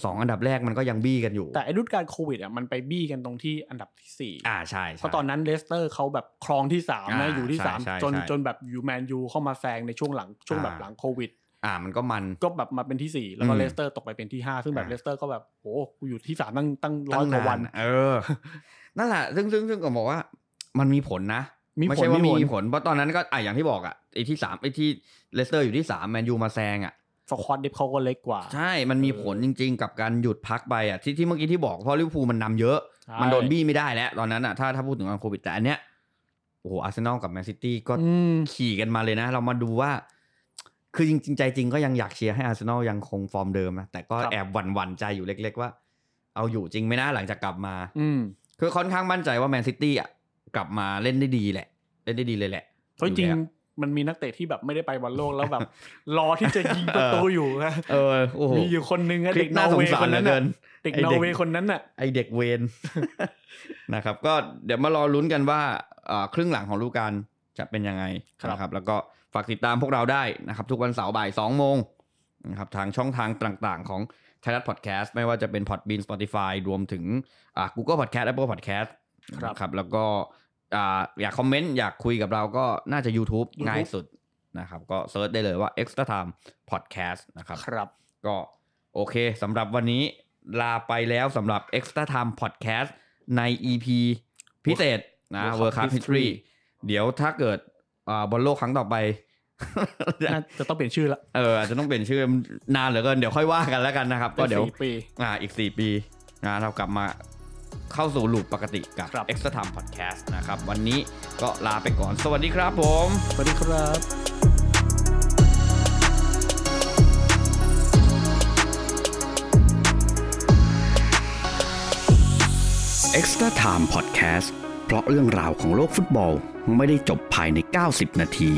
สองอันดับแรกมันก็ยังบี้กันอยู่ แต่ไอ้ฤดูกาลโควิดอ่ะมันไปบี้กันตรงที่อันดับที่สี่ อ่าใช่ใช่ เพราะตอนนั้นเลสเตอร์เขาแบบครองที่สามนะ อ่า อยู่ที่ ใช่ สาม ใช่ จน ใช่ จนแบบยูแมนยูเข้ามาแซงในช่วงหลังช่วงแบบ อ่า หลังโควิด อ่ามันก็มัน ก็แบบมาเป็นที่สี่แล้วก็ อืม เลสเตอร์ตกไปเป็นที่ห้าซึ่งแบบ อ่า เลสเตอร์ก็แบบโอ้กูอยู่ที่สามตั้งตั้งร้ ตั้ อย ง กว่าวัน อะเออ นั่นแหละซึ่งซึ่งซึ่งก็บอกว่า มันมีผลนะ มีผล ไม่ใช่ว่า มี มีผผลล เพราะตอนนั้นก็อ่ะอย่างที่บอกอ่ะไอ้ที่สามไอ้ที่เลสเตอร์อยู่ที่สามแมนยูมาแซงอ่ะ สควอตเดฟเขาก็เล็กกว่า ใช่ มันมีผลจริง ๆ กับการหยุดพักไปอ่ะที่ที่เมื่อกี้ที่บอกเพราะลิเวอร์พูลมันนำเยอะ ใช่ มันโดนบี้ไม่ได้แล้ว ตอนนั้นอ่ะถ้าถ้าพูดถึงตอนโควิดแต่อันเนี้ยโอ้โหอาร์เซนอลกับแมนซิตี้ก็ อืม ขี่กันมาเลยนะ เรามาดูว่า คือจริงๆใจจริงก็ยังอยากเชียร์ให้อาร์เซนอลยังคงฟอร์มเดิมนะแต่ก็ ครับ แอบหวั่นๆใจอยู่เล็ก ๆ ว่า เอาอยู่จริงไหมนะหลังจากกลับมา อืม คือค่อนข้างมั่นใจว่าแมนซิตี้อ่ะกลับมาเล่นได้ดีแหละ เล่นได้ดีเลยแหละ เพราะจริง อยู่แล้ว มันมีนักเตะที่แบบไม่ได้ไปบอลโลกแล้ว แบบ รอที่จะยิงประตูอยู่นะ เออโอ้โห มีอยู่คนนึงอะ คลิ เด็ ป กน น่า อ ส ร์เว ง ย์ สา ค ร น เหลื นั้ อน เกิ น่ะ น เด็ก ไอ้ นอ เด็ก ร์เวย์คนนั้นน่ะ ไอเด็กเวน นะครับ ก็เดี๋ยวมารอลุ้นกันว่าเอ่อครึ่งหลังของฤดูกาลจะเป็นยังไง ครับ นะครับ แล้วก็ฝากติดตามพวกเราได้นะครับ ทุกวันเสาร์บ่าย2โมงนะครับทางช่องทางต่างๆ ของไทยรัฐพอดแคสต์ไม่ว่าจะเป็น Podbean Spotify รวมถึงอ่า Google Podcast Apple Podcast ครับ นะครับ แล้วก็อ่าอยากคอมเมนต์ อยากคุยกับเราก็น่าจะ YouTube YouTube ง่ายสุดนะครับ ก็เซิร์ชได้เลยว่า Extra Time Podcast นะครับ ครับ ก็โอเคสำหรับวันนี้ลาไปแล้วสำหรับ Extra Time Podcast ใน EP พิเศษนะ World Cup World Cup History History เดี๋ยวถ้าเกิดอ่าบอลโลกครั้งต่อไป น่าจะต้องเปลี่ยนชื่อละ เอออาจจะต้องเปลี่ยนชื่อนานเหลือเกิน เดี๋ยวค่อยว่ากันแล้วกันนะครับ ก็เดี๋ยว ป็นสี่ปี อ่าอีก 4 ปีนะเรากลับมาเข้าสู่ลูปปกติกับ ครับ Extra Time Podcast นะครับ วันนี้ก็ลาไปก่อน สวัสดีครับผม สวัสดีครับ เอ็กซ์ตร้าไทม์พอดแคสต์เพราะเรื่องราวของโลกฟุตบอลไม่ได้จบภายใน 90 นาที